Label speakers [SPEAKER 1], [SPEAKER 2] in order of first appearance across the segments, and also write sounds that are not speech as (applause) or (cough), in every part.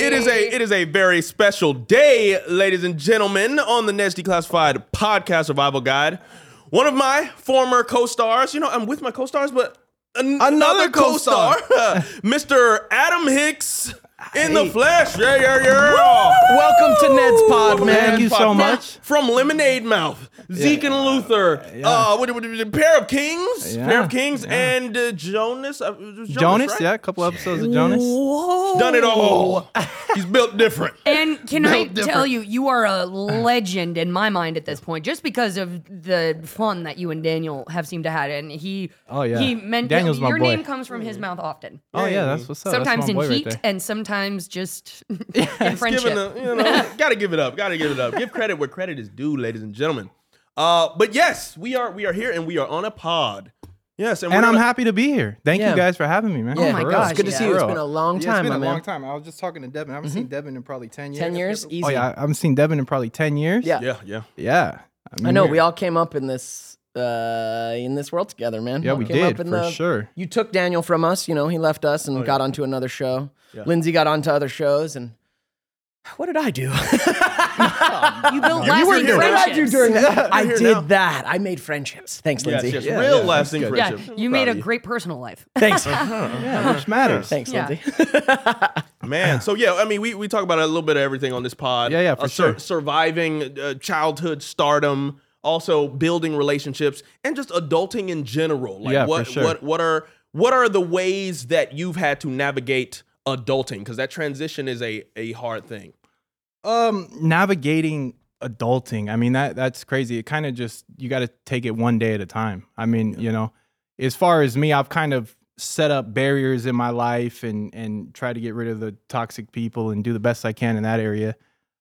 [SPEAKER 1] is a very special day, ladies and gentlemen, on the Ned's Declassified Podcast Survival Guide. One of my former co-stars, you know, I'm with my co-stars, but an-
[SPEAKER 2] Another co-star.
[SPEAKER 1] Mr. Adam Hicks in the flesh. Yeah, yeah, yeah.
[SPEAKER 2] Welcome to Ned's Pod, man.
[SPEAKER 1] Ned's
[SPEAKER 2] Thank you
[SPEAKER 1] Pod.
[SPEAKER 2] so
[SPEAKER 1] From-
[SPEAKER 2] much.
[SPEAKER 1] From Lemonade Mouth, Zeke and Luther, uh, what, what, what, Pair of Kings,
[SPEAKER 2] Yeah,
[SPEAKER 1] Pair of Kings, and uh, Jonas. Uh, it was
[SPEAKER 2] Jonas,
[SPEAKER 1] right?
[SPEAKER 2] yeah, a couple episodes of Jonas.
[SPEAKER 3] Whoa.
[SPEAKER 1] Done it all. (laughs) He's built different.
[SPEAKER 3] Oh, And can I
[SPEAKER 1] different.
[SPEAKER 3] tell you, you are a legend in my mind at this point, just because of the fun that you and Daniel have seemed to had. And he,
[SPEAKER 2] Oh, yeah.
[SPEAKER 3] he meant
[SPEAKER 2] Daniel's my
[SPEAKER 3] your
[SPEAKER 2] boy.
[SPEAKER 3] name comes from his mouth often.
[SPEAKER 2] Oh yeah, that's what's up. That's
[SPEAKER 3] sometimes
[SPEAKER 2] my
[SPEAKER 3] in
[SPEAKER 2] boy right
[SPEAKER 3] heat,
[SPEAKER 2] there.
[SPEAKER 3] and sometimes just (laughs) in friendship.
[SPEAKER 1] Giving the, you
[SPEAKER 3] (laughs)
[SPEAKER 1] know, gotta give it up. Gotta give it up. Give credit where credit is due, ladies and gentlemen. Uh, but yes, we are we are here and we are on a pod. Yes, and,
[SPEAKER 2] And
[SPEAKER 1] we're
[SPEAKER 2] I'm
[SPEAKER 1] gonna-
[SPEAKER 2] happy to be here. Thank
[SPEAKER 4] Yeah.
[SPEAKER 2] you guys for having me, man.
[SPEAKER 4] Oh Yeah.
[SPEAKER 3] my
[SPEAKER 2] For real.
[SPEAKER 3] gosh,
[SPEAKER 4] It's good to
[SPEAKER 3] yeah.
[SPEAKER 4] see you. It's
[SPEAKER 2] For
[SPEAKER 4] been a
[SPEAKER 2] real.
[SPEAKER 4] long
[SPEAKER 5] Yeah,
[SPEAKER 4] time,
[SPEAKER 5] it's been
[SPEAKER 4] my
[SPEAKER 5] a
[SPEAKER 4] man. Mm-hmm.
[SPEAKER 5] long time. I was just talking to Devin. I haven't seen Devin in probably ten years.
[SPEAKER 4] Ten years, easy.
[SPEAKER 2] Oh yeah, I haven't seen Devin in probably ten years.
[SPEAKER 4] Yeah.
[SPEAKER 1] Yeah, yeah.
[SPEAKER 2] yeah. mean,
[SPEAKER 4] I know.
[SPEAKER 2] we're-
[SPEAKER 4] We all came up in this uh, in this world together, man.
[SPEAKER 2] yeah,
[SPEAKER 4] all
[SPEAKER 2] we
[SPEAKER 4] came
[SPEAKER 2] did
[SPEAKER 4] up in
[SPEAKER 2] for
[SPEAKER 4] the-
[SPEAKER 2] sure.
[SPEAKER 4] You took Daniel from us. You know, he left us and got onto another show. Lindsay got onto other shows, and (sighs) what did I do?
[SPEAKER 3] you built
[SPEAKER 4] (laughs)
[SPEAKER 3] lasting
[SPEAKER 1] were here.
[SPEAKER 4] what did I do
[SPEAKER 3] friendships.
[SPEAKER 4] during that? I
[SPEAKER 1] here
[SPEAKER 4] did
[SPEAKER 1] now.
[SPEAKER 4] that. I made friendships. Thanks,
[SPEAKER 1] Yes,
[SPEAKER 4] Lindsay.
[SPEAKER 1] yes.
[SPEAKER 2] Yeah,
[SPEAKER 1] Real
[SPEAKER 2] yeah,
[SPEAKER 1] lasting
[SPEAKER 2] that's good.
[SPEAKER 3] Yeah,
[SPEAKER 1] friendship.
[SPEAKER 3] you made a great personal life.
[SPEAKER 4] (laughs)
[SPEAKER 2] Oh,
[SPEAKER 4] Thanks.
[SPEAKER 2] Yeah, which matters.
[SPEAKER 4] Thanks,
[SPEAKER 3] Yeah.
[SPEAKER 4] Lindsay.
[SPEAKER 1] man. So yeah, I mean, we, we talk about a little bit of everything on this pod.
[SPEAKER 2] Yeah, yeah, for
[SPEAKER 1] Uh, sur-
[SPEAKER 2] sure.
[SPEAKER 1] Surviving uh, childhood stardom, also building relationships, and just adulting in general. Like
[SPEAKER 2] Yeah, for
[SPEAKER 1] what
[SPEAKER 2] sure.
[SPEAKER 1] what what are what are the ways that you've had to navigate adulting? Because that transition is a a hard thing.
[SPEAKER 2] Um, navigating adulting. I mean that that's crazy. It kind of just you got to take it one day at a time. I mean, you know, as far as me, I've kind of set up barriers in my life and and try to get rid of the toxic people and do the best I can in that area.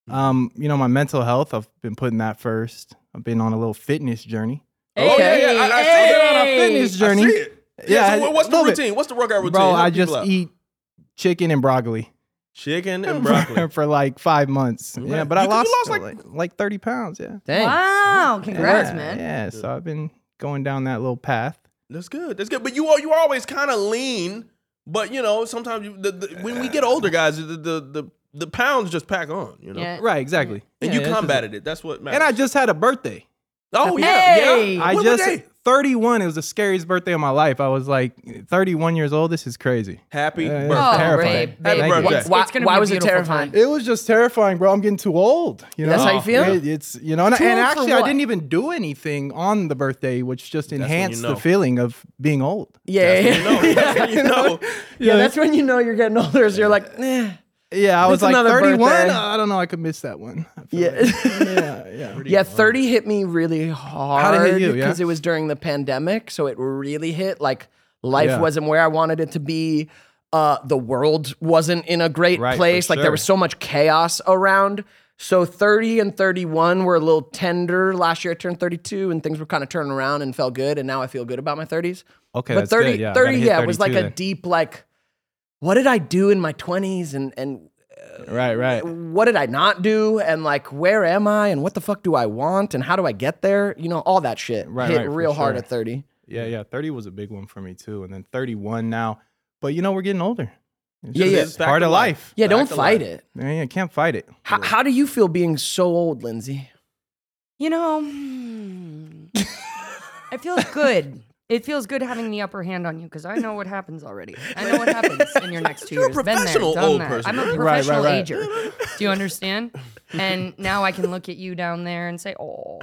[SPEAKER 1] Mm-hmm.
[SPEAKER 2] Um, you know, my mental health, I've been putting that first. I've been on a little fitness journey.
[SPEAKER 1] Oh, yeah, yeah, I- I saw that
[SPEAKER 2] on a fitness journey.
[SPEAKER 1] I see it. Yeah.
[SPEAKER 2] Yeah,
[SPEAKER 1] so
[SPEAKER 2] I
[SPEAKER 1] what's the
[SPEAKER 2] love it.
[SPEAKER 1] routine? What's the workout routine?
[SPEAKER 2] Bro,
[SPEAKER 1] Help
[SPEAKER 2] I
[SPEAKER 1] people
[SPEAKER 2] just
[SPEAKER 1] out.
[SPEAKER 2] eat chicken and broccoli
[SPEAKER 1] chicken
[SPEAKER 2] (laughs)
[SPEAKER 1] and
[SPEAKER 2] for,
[SPEAKER 1] broccoli.
[SPEAKER 2] for like five months. Yeah,
[SPEAKER 1] Okay.
[SPEAKER 2] but
[SPEAKER 1] You-
[SPEAKER 2] I
[SPEAKER 1] you
[SPEAKER 2] lost,
[SPEAKER 1] lost, like-
[SPEAKER 2] like, like thirty pounds. Yeah.
[SPEAKER 4] Dang.
[SPEAKER 3] Wow, congrats,
[SPEAKER 2] yeah,
[SPEAKER 3] man.
[SPEAKER 2] Yeah, so I've been going down that little path.
[SPEAKER 1] That's good. That's good. But you are you are always kind of lean, but you know sometimes you, the, the, when we get older, guys, the, the the the pounds just pack on. You know,
[SPEAKER 3] Yeah.
[SPEAKER 2] Right, exactly.
[SPEAKER 1] and
[SPEAKER 2] Yeah,
[SPEAKER 1] you
[SPEAKER 2] it's just-
[SPEAKER 1] combated it. That's what matters.
[SPEAKER 2] And I just had a birthday.
[SPEAKER 1] oh yeah
[SPEAKER 3] Hey!
[SPEAKER 1] yeah.
[SPEAKER 2] I
[SPEAKER 1] What- what
[SPEAKER 2] just
[SPEAKER 1] day?
[SPEAKER 2] 31. It was the scariest birthday of my life. I was like 31 years old. This is crazy.
[SPEAKER 1] happy
[SPEAKER 2] Yeah, yeah.
[SPEAKER 1] birthday.
[SPEAKER 3] Oh,
[SPEAKER 2] Terrifying.
[SPEAKER 3] babe,
[SPEAKER 1] Happy
[SPEAKER 3] babe,
[SPEAKER 1] birthday.
[SPEAKER 3] it's-
[SPEAKER 4] Why-
[SPEAKER 3] it's gonna
[SPEAKER 4] why
[SPEAKER 3] be a
[SPEAKER 4] was it
[SPEAKER 3] beautiful
[SPEAKER 4] terrifying?
[SPEAKER 3] time.
[SPEAKER 2] It was just terrifying, bro. I'm getting too old. You know,
[SPEAKER 4] That's how you feel?
[SPEAKER 2] It- it's you know, and,
[SPEAKER 4] Too
[SPEAKER 2] and
[SPEAKER 4] old for
[SPEAKER 2] actually, I
[SPEAKER 4] what?
[SPEAKER 2] didn't even do anything on the birthday, which just
[SPEAKER 1] when you
[SPEAKER 2] enhanced
[SPEAKER 1] know.
[SPEAKER 2] the feeling of being old.
[SPEAKER 4] Yeah, yeah,
[SPEAKER 1] No,
[SPEAKER 4] yeah.
[SPEAKER 1] that's when you
[SPEAKER 2] (laughs)
[SPEAKER 1] know.
[SPEAKER 4] (laughs) Yeah, that's when you know you're getting older. Is you're like, eh.
[SPEAKER 2] Yeah, I was
[SPEAKER 4] It's
[SPEAKER 2] like
[SPEAKER 4] another
[SPEAKER 2] 31.
[SPEAKER 4] birthday.
[SPEAKER 2] I don't know. I could miss that one. I feel
[SPEAKER 4] Yeah.
[SPEAKER 2] like- yeah, (laughs) yeah.
[SPEAKER 4] (laughs) Yeah, 30 hit me really hard
[SPEAKER 2] How'd it hit you, yeah?
[SPEAKER 4] because it was during the pandemic. So it really hit. Like life
[SPEAKER 2] Yeah.
[SPEAKER 4] wasn't where I wanted it to be. Uh, the world wasn't in a great
[SPEAKER 2] Right, for
[SPEAKER 4] place. Like there
[SPEAKER 2] sure.
[SPEAKER 4] was so much chaos around. So 30 and 31 were a little tender. Last year I turned 32 and things were kind of turning around and felt good. And now I feel good about my 30s.
[SPEAKER 2] Okay,
[SPEAKER 4] but
[SPEAKER 2] that's good.
[SPEAKER 4] 30,
[SPEAKER 2] Yeah, I
[SPEAKER 4] 30,
[SPEAKER 2] gotta hit
[SPEAKER 4] yeah, was
[SPEAKER 2] 32
[SPEAKER 4] like a
[SPEAKER 2] then.
[SPEAKER 4] deep, like, what did I do in my 20s? And, and
[SPEAKER 2] Right, right.
[SPEAKER 4] what did I not do? And like, where am I? And what the fuck do I want? And how do I get there? You know, all that shit
[SPEAKER 2] Right,
[SPEAKER 4] hit
[SPEAKER 2] right, for
[SPEAKER 4] real hard
[SPEAKER 2] sure.
[SPEAKER 4] at 30.
[SPEAKER 2] Yeah, yeah. 30 was a big one for me too. And then 31 now. But you know, we're getting older. It's
[SPEAKER 4] Yeah,
[SPEAKER 2] just-
[SPEAKER 4] yeah.
[SPEAKER 2] It's part of life.
[SPEAKER 4] Yeah, don't
[SPEAKER 1] to
[SPEAKER 4] fight
[SPEAKER 1] life.
[SPEAKER 4] it.
[SPEAKER 2] Yeah, yeah. Can't fight it.
[SPEAKER 4] How, how do you feel being so old, Lindsay?
[SPEAKER 3] You know, hmm, it feels good. It feels good having the upper hand on you because I know what happens already. I know what happens in your next two
[SPEAKER 1] You're a
[SPEAKER 3] years. Been there,
[SPEAKER 1] professional
[SPEAKER 3] done
[SPEAKER 1] old
[SPEAKER 3] that.
[SPEAKER 1] person.
[SPEAKER 3] I'm
[SPEAKER 1] Right, right,
[SPEAKER 3] a professional
[SPEAKER 2] right.
[SPEAKER 3] ager. Do you understand? And now I can look at you down there and say, "Oh,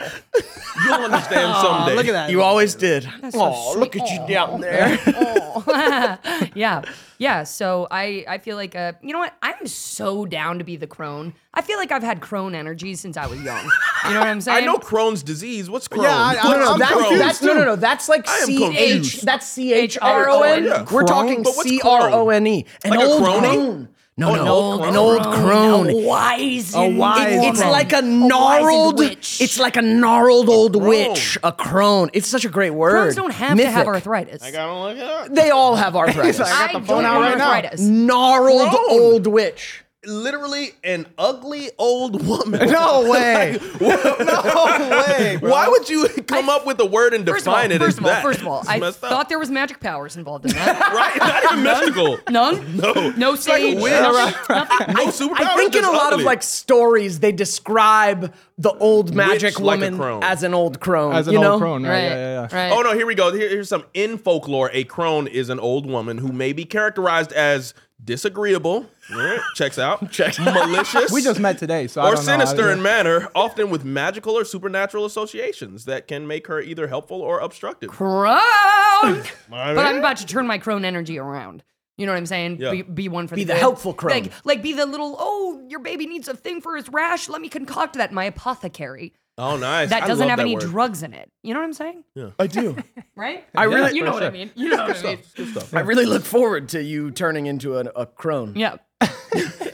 [SPEAKER 1] You'll understand someday.
[SPEAKER 2] look at that. (laughs)
[SPEAKER 4] You always did.
[SPEAKER 3] so
[SPEAKER 4] Oh, look
[SPEAKER 3] sweet.
[SPEAKER 4] at you
[SPEAKER 3] Aw.
[SPEAKER 4] down there.
[SPEAKER 3] oh. yeah, yeah." So I, I feel like, uh, you know what? I'm so down to be the crone. I feel like I've had crone energy since I was young. You know what I'm
[SPEAKER 1] (laughs)
[SPEAKER 3] saying?
[SPEAKER 1] I know Crohn's disease. What's Crohn's?
[SPEAKER 2] I- I
[SPEAKER 1] What's
[SPEAKER 2] don't know.
[SPEAKER 4] No,
[SPEAKER 2] I'm
[SPEAKER 4] that's,
[SPEAKER 1] Crohn's?
[SPEAKER 4] that's, no, no, no. That's like
[SPEAKER 1] I am
[SPEAKER 4] C H.
[SPEAKER 1] confused.
[SPEAKER 4] That's C H R O
[SPEAKER 1] Yeah.
[SPEAKER 4] N. We're
[SPEAKER 2] Crone?
[SPEAKER 4] talking
[SPEAKER 1] But what's
[SPEAKER 4] C R O N E. An
[SPEAKER 1] Like a
[SPEAKER 4] old
[SPEAKER 1] crony?
[SPEAKER 4] crone. No,
[SPEAKER 1] Oh, an old
[SPEAKER 4] no, an
[SPEAKER 1] crone.
[SPEAKER 4] old crone.
[SPEAKER 3] A wise,
[SPEAKER 2] A wise
[SPEAKER 3] woman.
[SPEAKER 4] It's like a
[SPEAKER 3] wizened
[SPEAKER 4] gnarled.
[SPEAKER 3] witch.
[SPEAKER 4] It's like a gnarled old
[SPEAKER 1] crone.
[SPEAKER 4] witch, a crone. It's such a great word.
[SPEAKER 3] Crohn's don't have to have
[SPEAKER 4] Mythic.
[SPEAKER 3] arthritis.
[SPEAKER 1] I gotta look it up.
[SPEAKER 4] (laughs) They all have arthritis.
[SPEAKER 2] I got the phone
[SPEAKER 3] don't
[SPEAKER 2] out
[SPEAKER 3] have
[SPEAKER 2] right now.
[SPEAKER 3] arthritis.
[SPEAKER 4] gnarled
[SPEAKER 1] Crone.
[SPEAKER 4] old witch.
[SPEAKER 1] literally an ugly old woman. (laughs)
[SPEAKER 4] No way.
[SPEAKER 2] (laughs)
[SPEAKER 4] no way. Bro.
[SPEAKER 1] Why would you come up with a word and
[SPEAKER 3] First of all,
[SPEAKER 1] define it
[SPEAKER 3] first
[SPEAKER 1] as
[SPEAKER 3] of all,
[SPEAKER 1] that?
[SPEAKER 3] first of all,
[SPEAKER 1] It's
[SPEAKER 3] I
[SPEAKER 1] messed up.
[SPEAKER 3] thought there was magic powers involved in that.
[SPEAKER 1] right, not
[SPEAKER 3] (laughs)
[SPEAKER 1] even mystical.
[SPEAKER 3] None.
[SPEAKER 1] (laughs)
[SPEAKER 6] (laughs)
[SPEAKER 1] No,
[SPEAKER 3] (laughs) No sage.
[SPEAKER 1] witch.
[SPEAKER 3] nothing, nothing.
[SPEAKER 1] No superpower.
[SPEAKER 6] I think in a lot of like stories, they describe the old magic
[SPEAKER 1] like a
[SPEAKER 6] woman
[SPEAKER 1] crone.
[SPEAKER 6] as an old crone.
[SPEAKER 2] as an
[SPEAKER 6] you
[SPEAKER 2] old
[SPEAKER 6] know?
[SPEAKER 2] crone, right?
[SPEAKER 3] Right.
[SPEAKER 2] Yeah, yeah, yeah.
[SPEAKER 3] Right.
[SPEAKER 1] Oh no, here we go. Here- here's some in folklore. A crone is an old woman who may be characterized as disagreeable. All right, checks out. Checks malicious.
[SPEAKER 2] We just met today, so I
[SPEAKER 1] or
[SPEAKER 2] don't know. I-
[SPEAKER 1] sinister
[SPEAKER 2] yeah.
[SPEAKER 1] in manner, often with magical or supernatural associations that can make her either helpful or obstructive. (laughs)
[SPEAKER 3] Crone.
[SPEAKER 1] I
[SPEAKER 3] But
[SPEAKER 1] mean-
[SPEAKER 3] I'm about to turn my crone energy around. You know what I'm saying?
[SPEAKER 1] Yeah.
[SPEAKER 3] Be, be one for
[SPEAKER 6] Be
[SPEAKER 3] the,
[SPEAKER 6] the
[SPEAKER 3] good.
[SPEAKER 6] helpful crone.
[SPEAKER 3] Like, like be the little. Oh, your baby needs a thing for his rash. Let me concoct that in my apothecary
[SPEAKER 1] Oh, nice.
[SPEAKER 3] that
[SPEAKER 1] I
[SPEAKER 3] doesn't
[SPEAKER 1] love
[SPEAKER 3] have
[SPEAKER 1] that
[SPEAKER 3] any
[SPEAKER 1] word.
[SPEAKER 3] drugs in it. You know what I'm saying?
[SPEAKER 6] I do.
[SPEAKER 3] Right?
[SPEAKER 6] I really-
[SPEAKER 3] You know
[SPEAKER 6] for
[SPEAKER 3] what I
[SPEAKER 6] sure.
[SPEAKER 3] mean? You know what I mean?
[SPEAKER 1] Good stuff.
[SPEAKER 6] I really look forward to you turning into a, a crone.
[SPEAKER 3] Yeah. (laughs)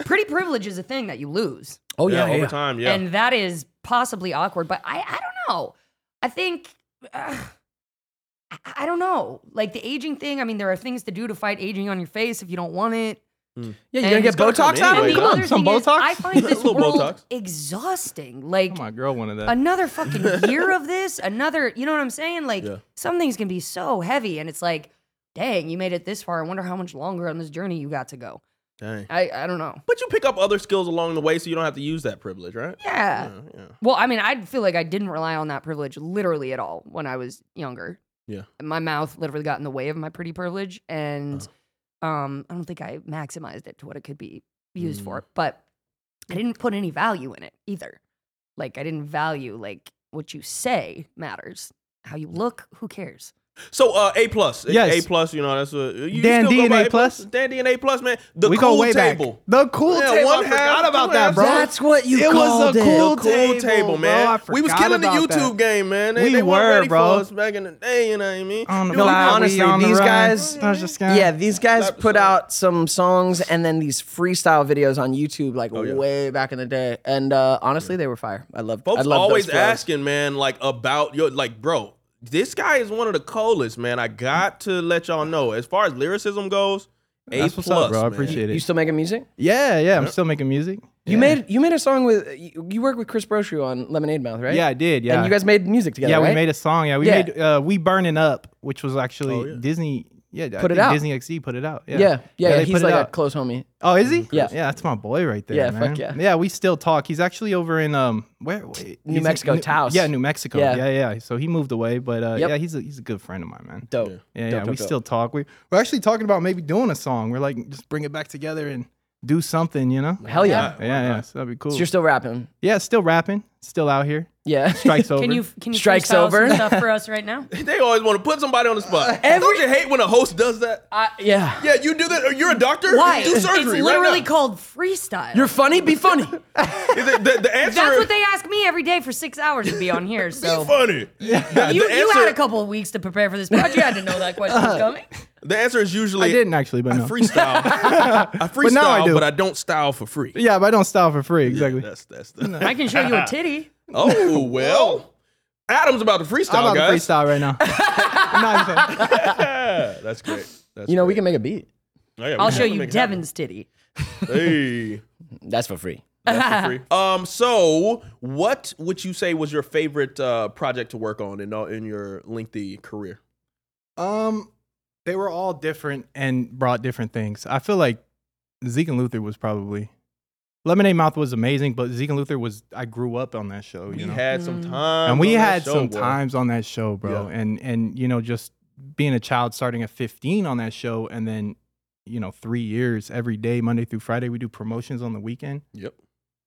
[SPEAKER 3] Pretty privilege is a thing that you lose,
[SPEAKER 6] Oh
[SPEAKER 1] Yeah, over time, yeah.
[SPEAKER 3] and that is possibly awkward. But I, I don't know. I think. Uh, I- I don't know. Like the aging thing, I mean, there are things to do to fight aging on your face if you don't want it.
[SPEAKER 6] Yeah, you gonna
[SPEAKER 3] And
[SPEAKER 6] get
[SPEAKER 3] it's gonna
[SPEAKER 6] Botox
[SPEAKER 1] come
[SPEAKER 6] out?
[SPEAKER 1] anyway,
[SPEAKER 3] And the
[SPEAKER 1] Come on,
[SPEAKER 3] other
[SPEAKER 2] some
[SPEAKER 3] thing is,
[SPEAKER 2] Botox?
[SPEAKER 3] I find this
[SPEAKER 1] Little
[SPEAKER 3] world
[SPEAKER 1] Botox.
[SPEAKER 3] exhausting. Like
[SPEAKER 2] Oh My girl wanted that.
[SPEAKER 3] another fucking year of this, another. You know what I'm saying? Like some things can be so heavy, and it's like, dang, you made it this far. I wonder how much longer on this journey you got to go.
[SPEAKER 1] Dang.
[SPEAKER 3] I I don't know.
[SPEAKER 1] But you pick up other skills along the way, so you don't have to use that privilege, right?
[SPEAKER 3] Yeah.
[SPEAKER 1] Yeah. yeah.
[SPEAKER 3] Well, I mean, I feel like I didn't rely on that privilege literally at all when I was younger.
[SPEAKER 1] Yeah.
[SPEAKER 3] My mouth literally got in the way of my pretty privilege, and
[SPEAKER 1] Uh-huh.
[SPEAKER 3] um, I don't think I maximized it to what it could be used
[SPEAKER 1] Mm.
[SPEAKER 3] for. But I didn't put any value in it either. Like I didn't value like what you say matters. How you look, who cares?
[SPEAKER 1] So uh, A plus,
[SPEAKER 2] Yes.
[SPEAKER 1] A plus. You know that's a you
[SPEAKER 2] Dan
[SPEAKER 1] still
[SPEAKER 2] D
[SPEAKER 1] go
[SPEAKER 2] and
[SPEAKER 1] by
[SPEAKER 2] A plus?
[SPEAKER 1] Dan D and A plus, man. The
[SPEAKER 2] we
[SPEAKER 1] cool
[SPEAKER 2] go way
[SPEAKER 1] table.
[SPEAKER 2] back. The cool
[SPEAKER 1] Yeah,
[SPEAKER 2] table.
[SPEAKER 1] one
[SPEAKER 2] I
[SPEAKER 1] half,
[SPEAKER 2] forgot
[SPEAKER 1] two
[SPEAKER 2] about that,
[SPEAKER 1] halves.
[SPEAKER 2] bro.
[SPEAKER 6] That's what you
[SPEAKER 2] It was
[SPEAKER 6] called
[SPEAKER 2] a
[SPEAKER 6] it.
[SPEAKER 2] cool,
[SPEAKER 1] The cool table,
[SPEAKER 2] table, bro. I
[SPEAKER 1] man. we was
[SPEAKER 2] forgot
[SPEAKER 1] killing the
[SPEAKER 2] about that.
[SPEAKER 1] YouTube game, man. They,
[SPEAKER 2] We
[SPEAKER 1] they weren't
[SPEAKER 2] were,
[SPEAKER 1] ready
[SPEAKER 2] bro.
[SPEAKER 1] for us back in the day. You know what I mean?
[SPEAKER 2] On the
[SPEAKER 1] It was
[SPEAKER 2] fly,
[SPEAKER 1] like,
[SPEAKER 6] honestly,
[SPEAKER 2] we on the
[SPEAKER 6] these
[SPEAKER 2] ride.
[SPEAKER 6] guys-
[SPEAKER 2] I was just gonna-
[SPEAKER 6] Yeah, these guys
[SPEAKER 1] Slap
[SPEAKER 6] put
[SPEAKER 1] song.
[SPEAKER 6] out some songs and then these freestyle videos on YouTube like
[SPEAKER 2] Oh,
[SPEAKER 1] yeah.
[SPEAKER 6] way back in the day. And uh, honestly, they were fire. I love. I
[SPEAKER 1] Folks
[SPEAKER 6] love
[SPEAKER 1] always
[SPEAKER 6] those flows.
[SPEAKER 1] asking, man, like about your like, bro. This guy is one of the coolest, man. I got to let y'all know. As far as lyricism goes, A
[SPEAKER 2] That's what's
[SPEAKER 1] plus,
[SPEAKER 2] up, bro. I
[SPEAKER 1] man.
[SPEAKER 2] appreciate
[SPEAKER 6] You
[SPEAKER 2] it.
[SPEAKER 6] still making music?
[SPEAKER 2] Yeah, yeah. I'm still making music.
[SPEAKER 6] You made you made a song with you, you work with Chris Brochu on Lemonade Mouth, right?
[SPEAKER 2] Yeah, I did. Yeah.
[SPEAKER 6] And you guys made music together.
[SPEAKER 2] Yeah,
[SPEAKER 6] right?
[SPEAKER 2] we made a song. Yeah, we
[SPEAKER 6] Yeah.
[SPEAKER 2] made uh, "We Burning Up," which was actually
[SPEAKER 1] Oh, yeah.
[SPEAKER 2] Disney. Yeah, I
[SPEAKER 6] Put it
[SPEAKER 2] think
[SPEAKER 6] out.
[SPEAKER 2] Disney XD put it out. Yeah,
[SPEAKER 6] Yeah, yeah,
[SPEAKER 2] they
[SPEAKER 6] he's
[SPEAKER 2] put it
[SPEAKER 6] like a
[SPEAKER 2] out.
[SPEAKER 6] close homie.
[SPEAKER 2] oh, is he?
[SPEAKER 6] Yeah.
[SPEAKER 2] yeah, that's my boy right there.
[SPEAKER 6] Yeah, fuck
[SPEAKER 2] man.
[SPEAKER 6] yeah.
[SPEAKER 2] Yeah, we still talk. He's actually over in um where wait, he's in
[SPEAKER 6] Mexico,
[SPEAKER 2] New-
[SPEAKER 6] Taos.
[SPEAKER 2] Yeah, New Mexico.
[SPEAKER 6] Yeah.
[SPEAKER 2] Yeah, yeah. So he moved away, but uh,
[SPEAKER 6] Yep.
[SPEAKER 2] yeah, he's a he's a good friend of mine, man.
[SPEAKER 6] Dope.
[SPEAKER 2] Yeah, yeah.
[SPEAKER 6] Dope, dope,
[SPEAKER 2] we
[SPEAKER 6] dope.
[SPEAKER 2] still talk. We we're actually talking about maybe doing a song. We're like just bring it back together and do something, you know?
[SPEAKER 6] Hell yeah.
[SPEAKER 2] Yeah, yeah. So that'd be cool.
[SPEAKER 6] So you're still rapping.
[SPEAKER 2] yeah, still rapping, still out
[SPEAKER 6] (laughs)
[SPEAKER 2] here.
[SPEAKER 6] Yeah.
[SPEAKER 2] Strikes over.
[SPEAKER 3] Can you can you
[SPEAKER 6] Strikes
[SPEAKER 3] freestyle some
[SPEAKER 6] over.
[SPEAKER 3] stuff for
[SPEAKER 1] (laughs)
[SPEAKER 3] us right now?
[SPEAKER 1] (laughs) They always want to put somebody on the spot. Don't you hate when a host does that?
[SPEAKER 6] yeah.
[SPEAKER 1] yeah, you do that. Or you're a doctor.
[SPEAKER 3] Why?
[SPEAKER 1] Do surgery.
[SPEAKER 3] it's literally
[SPEAKER 1] right now.
[SPEAKER 3] called freestyle.
[SPEAKER 6] You're funny. Be
[SPEAKER 1] (laughs)
[SPEAKER 4] (laughs)
[SPEAKER 6] funny.
[SPEAKER 1] Is it- the, the answer.
[SPEAKER 3] That's what they ask me every day for six hours to be
[SPEAKER 1] (laughs)
[SPEAKER 3] on here. So
[SPEAKER 1] Be (laughs) funny. The-
[SPEAKER 3] You,
[SPEAKER 1] the,
[SPEAKER 3] you
[SPEAKER 1] answer,
[SPEAKER 3] had a couple of weeks to prepare for this pod. You had to know that (laughs) question was coming.
[SPEAKER 1] the answer is usually
[SPEAKER 2] I didn't actually, but
[SPEAKER 1] I
[SPEAKER 2] no. (laughs)
[SPEAKER 1] freestyle. I freestyle, but,
[SPEAKER 2] now I do.
[SPEAKER 1] I don't style for free.
[SPEAKER 2] yeah, but I don't style for free. Exactly.
[SPEAKER 1] That's that's the.
[SPEAKER 3] I can show you (laughs) a titty.
[SPEAKER 1] (laughs) Oh well. Adam's about to freestyle,
[SPEAKER 2] I'm about to
[SPEAKER 1] guys.
[SPEAKER 2] freestyle right now.
[SPEAKER 1] (laughs)
[SPEAKER 2] I'm not even-
[SPEAKER 1] Yeah, (laughs) that's great. That's
[SPEAKER 6] You know, we
[SPEAKER 1] great.
[SPEAKER 6] can make a beat.
[SPEAKER 1] Oh, yeah, we
[SPEAKER 3] I'll
[SPEAKER 1] can
[SPEAKER 3] show
[SPEAKER 1] make
[SPEAKER 3] you
[SPEAKER 1] it happen.
[SPEAKER 3] Devin's titty. (laughs)
[SPEAKER 1] Hey.
[SPEAKER 6] That's for free.
[SPEAKER 1] That's for free. Um, so what would you say was your favorite uh, project to work on in all- in your lengthy career?
[SPEAKER 2] Um, they were all different and brought different things. I feel like Zeke and Luther was probably Lemonade Mouth was amazing, but Zeke and Luther was I grew up on that show,
[SPEAKER 1] We
[SPEAKER 2] you know.
[SPEAKER 1] had some
[SPEAKER 3] Mm.
[SPEAKER 1] time,
[SPEAKER 2] and we
[SPEAKER 1] on that
[SPEAKER 2] had
[SPEAKER 1] show,
[SPEAKER 2] some
[SPEAKER 1] boy.
[SPEAKER 2] times on that show, bro.
[SPEAKER 1] Yeah.
[SPEAKER 2] And and you know, just being a child starting at 15 on that show and then you know, 3 years every day Monday through Friday we do promotions on the weekend.
[SPEAKER 1] Yep.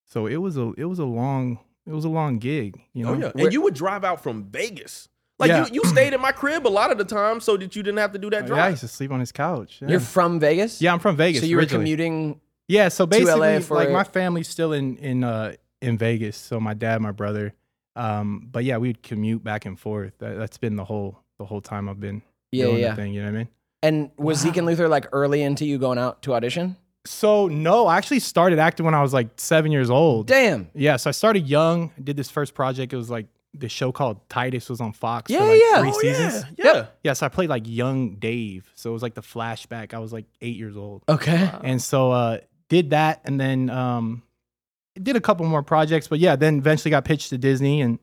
[SPEAKER 2] So it was a it was a long it was a long gig, you know.
[SPEAKER 1] Oh yeah,
[SPEAKER 2] We're-
[SPEAKER 1] and you would drive out from Vegas. Like
[SPEAKER 2] Yeah. Oh,
[SPEAKER 1] you, you stayed in my crib a lot of the time, so that you didn't have to do that
[SPEAKER 2] yeah, I
[SPEAKER 1] drive.
[SPEAKER 2] used to sleep on his couch. Yeah.
[SPEAKER 6] You're from Vegas.
[SPEAKER 2] yeah, I'm from Vegas.
[SPEAKER 6] So you were
[SPEAKER 2] originally.
[SPEAKER 6] commuting.
[SPEAKER 2] Yeah, so
[SPEAKER 6] to LA
[SPEAKER 2] basically,
[SPEAKER 6] for
[SPEAKER 2] like
[SPEAKER 6] it.
[SPEAKER 2] my family's still in in uh, in Vegas. So my dad, my brother, um, but yeah, we would commute back and forth. That, that's been the whole the whole time I've been
[SPEAKER 6] Yeah,
[SPEAKER 2] doing
[SPEAKER 6] yeah.
[SPEAKER 2] the thing. You know what I mean?
[SPEAKER 6] And was Zeke and Luther like early into you going out to audition?
[SPEAKER 2] So no, I actually started acting when I was like seven years old.
[SPEAKER 6] Damn.
[SPEAKER 2] Yeah, so I started young. Did this first project. It was like this show called Titus was on Fox
[SPEAKER 6] Yeah,
[SPEAKER 2] for like
[SPEAKER 6] yeah.
[SPEAKER 2] three
[SPEAKER 6] Oh,
[SPEAKER 2] seasons.
[SPEAKER 1] Yeah, yeah.
[SPEAKER 2] Yeah, so I played (laughs) like young Dave. So it was like the flashback. I was like eight years old.
[SPEAKER 6] Okay.
[SPEAKER 2] And so uh, did that and then um did a couple more projects but yeah then eventually got pitched to disney and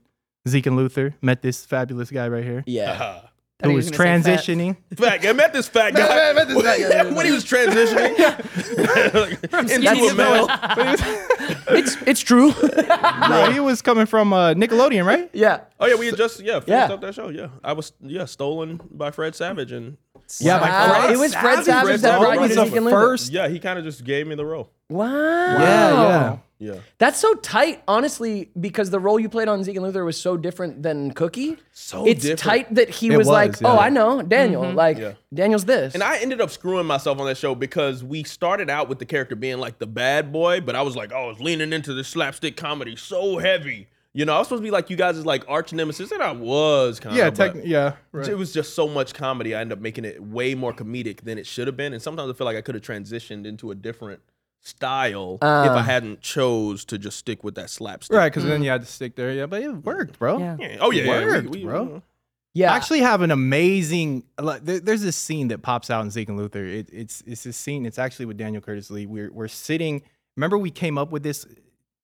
[SPEAKER 2] zeke and luther met this fabulous guy right here
[SPEAKER 4] Yeah.
[SPEAKER 3] Thought
[SPEAKER 2] who
[SPEAKER 3] he
[SPEAKER 2] was
[SPEAKER 3] gonna say fat. (laughs)
[SPEAKER 2] transitionning
[SPEAKER 1] Fact, I met this
[SPEAKER 2] (laughs)
[SPEAKER 1] fat guy.
[SPEAKER 7] I met this fat guy.
[SPEAKER 1] (laughs) when he was transitioning (laughs) into
[SPEAKER 3] skinny
[SPEAKER 1] a
[SPEAKER 3] to
[SPEAKER 1] male.
[SPEAKER 4] it's it's true.
[SPEAKER 2] no he was coming from uh nickelodeon right
[SPEAKER 4] (laughs) yeah.
[SPEAKER 1] Oh yeah, we had just yeah finished
[SPEAKER 4] Yeah.
[SPEAKER 1] up that show. Yeah, I was yeah stolen by Fred Savage and
[SPEAKER 2] yeah like
[SPEAKER 4] Wow.
[SPEAKER 2] Fred
[SPEAKER 4] it was
[SPEAKER 1] Savage.
[SPEAKER 4] Fred Savage
[SPEAKER 1] Fred
[SPEAKER 4] that
[SPEAKER 1] Savage.
[SPEAKER 4] brought you to
[SPEAKER 1] That was
[SPEAKER 4] Zeke
[SPEAKER 2] the
[SPEAKER 4] and Linda.
[SPEAKER 2] first
[SPEAKER 1] yeah, he kind of just gave me the role.
[SPEAKER 4] Wow.
[SPEAKER 3] Oh.
[SPEAKER 2] yeah
[SPEAKER 1] Yeah,
[SPEAKER 4] That's so tight, honestly, because the role you played on Zeke and Luther was so different than Cookie.
[SPEAKER 1] So
[SPEAKER 4] it's
[SPEAKER 1] different.
[SPEAKER 4] tight that he
[SPEAKER 2] It
[SPEAKER 4] was,
[SPEAKER 2] was,
[SPEAKER 4] like,
[SPEAKER 2] yeah. Mm-hmm.
[SPEAKER 4] "Oh, I know Daniel. Like
[SPEAKER 1] Yeah.
[SPEAKER 4] Daniel's this."
[SPEAKER 1] and I ended up screwing myself on that show because we started out with the character being like the bad boy, but I was like, oh, I was leaning into this slapstick comedy so heavy. You know, I was supposed to be like you guys is like arch nemesis, and I was kind
[SPEAKER 2] yeah
[SPEAKER 1] of.
[SPEAKER 2] yeah tech, yeah
[SPEAKER 1] It
[SPEAKER 2] right.
[SPEAKER 1] was just so much comedy. I ended up making it way more comedic than it should have been, and sometimes I feel like I could have transitioned into a different style if I hadn't chose to just stick with that slapstick.
[SPEAKER 2] Right, because then you had to stick there. Yeah, but it worked, bro.
[SPEAKER 3] Mm. Yeah.
[SPEAKER 1] Yeah. Oh yeah, yeah, we-
[SPEAKER 2] Worked,
[SPEAKER 1] we-
[SPEAKER 2] bro.
[SPEAKER 4] yeah,
[SPEAKER 2] I actually have an amazing. Like, there, there's this scene that pops out in Zeke and Luther. It, it's it's this scene. It's actually with Daniel Curtis Lee. We're we're sitting. Remember, we came up with this.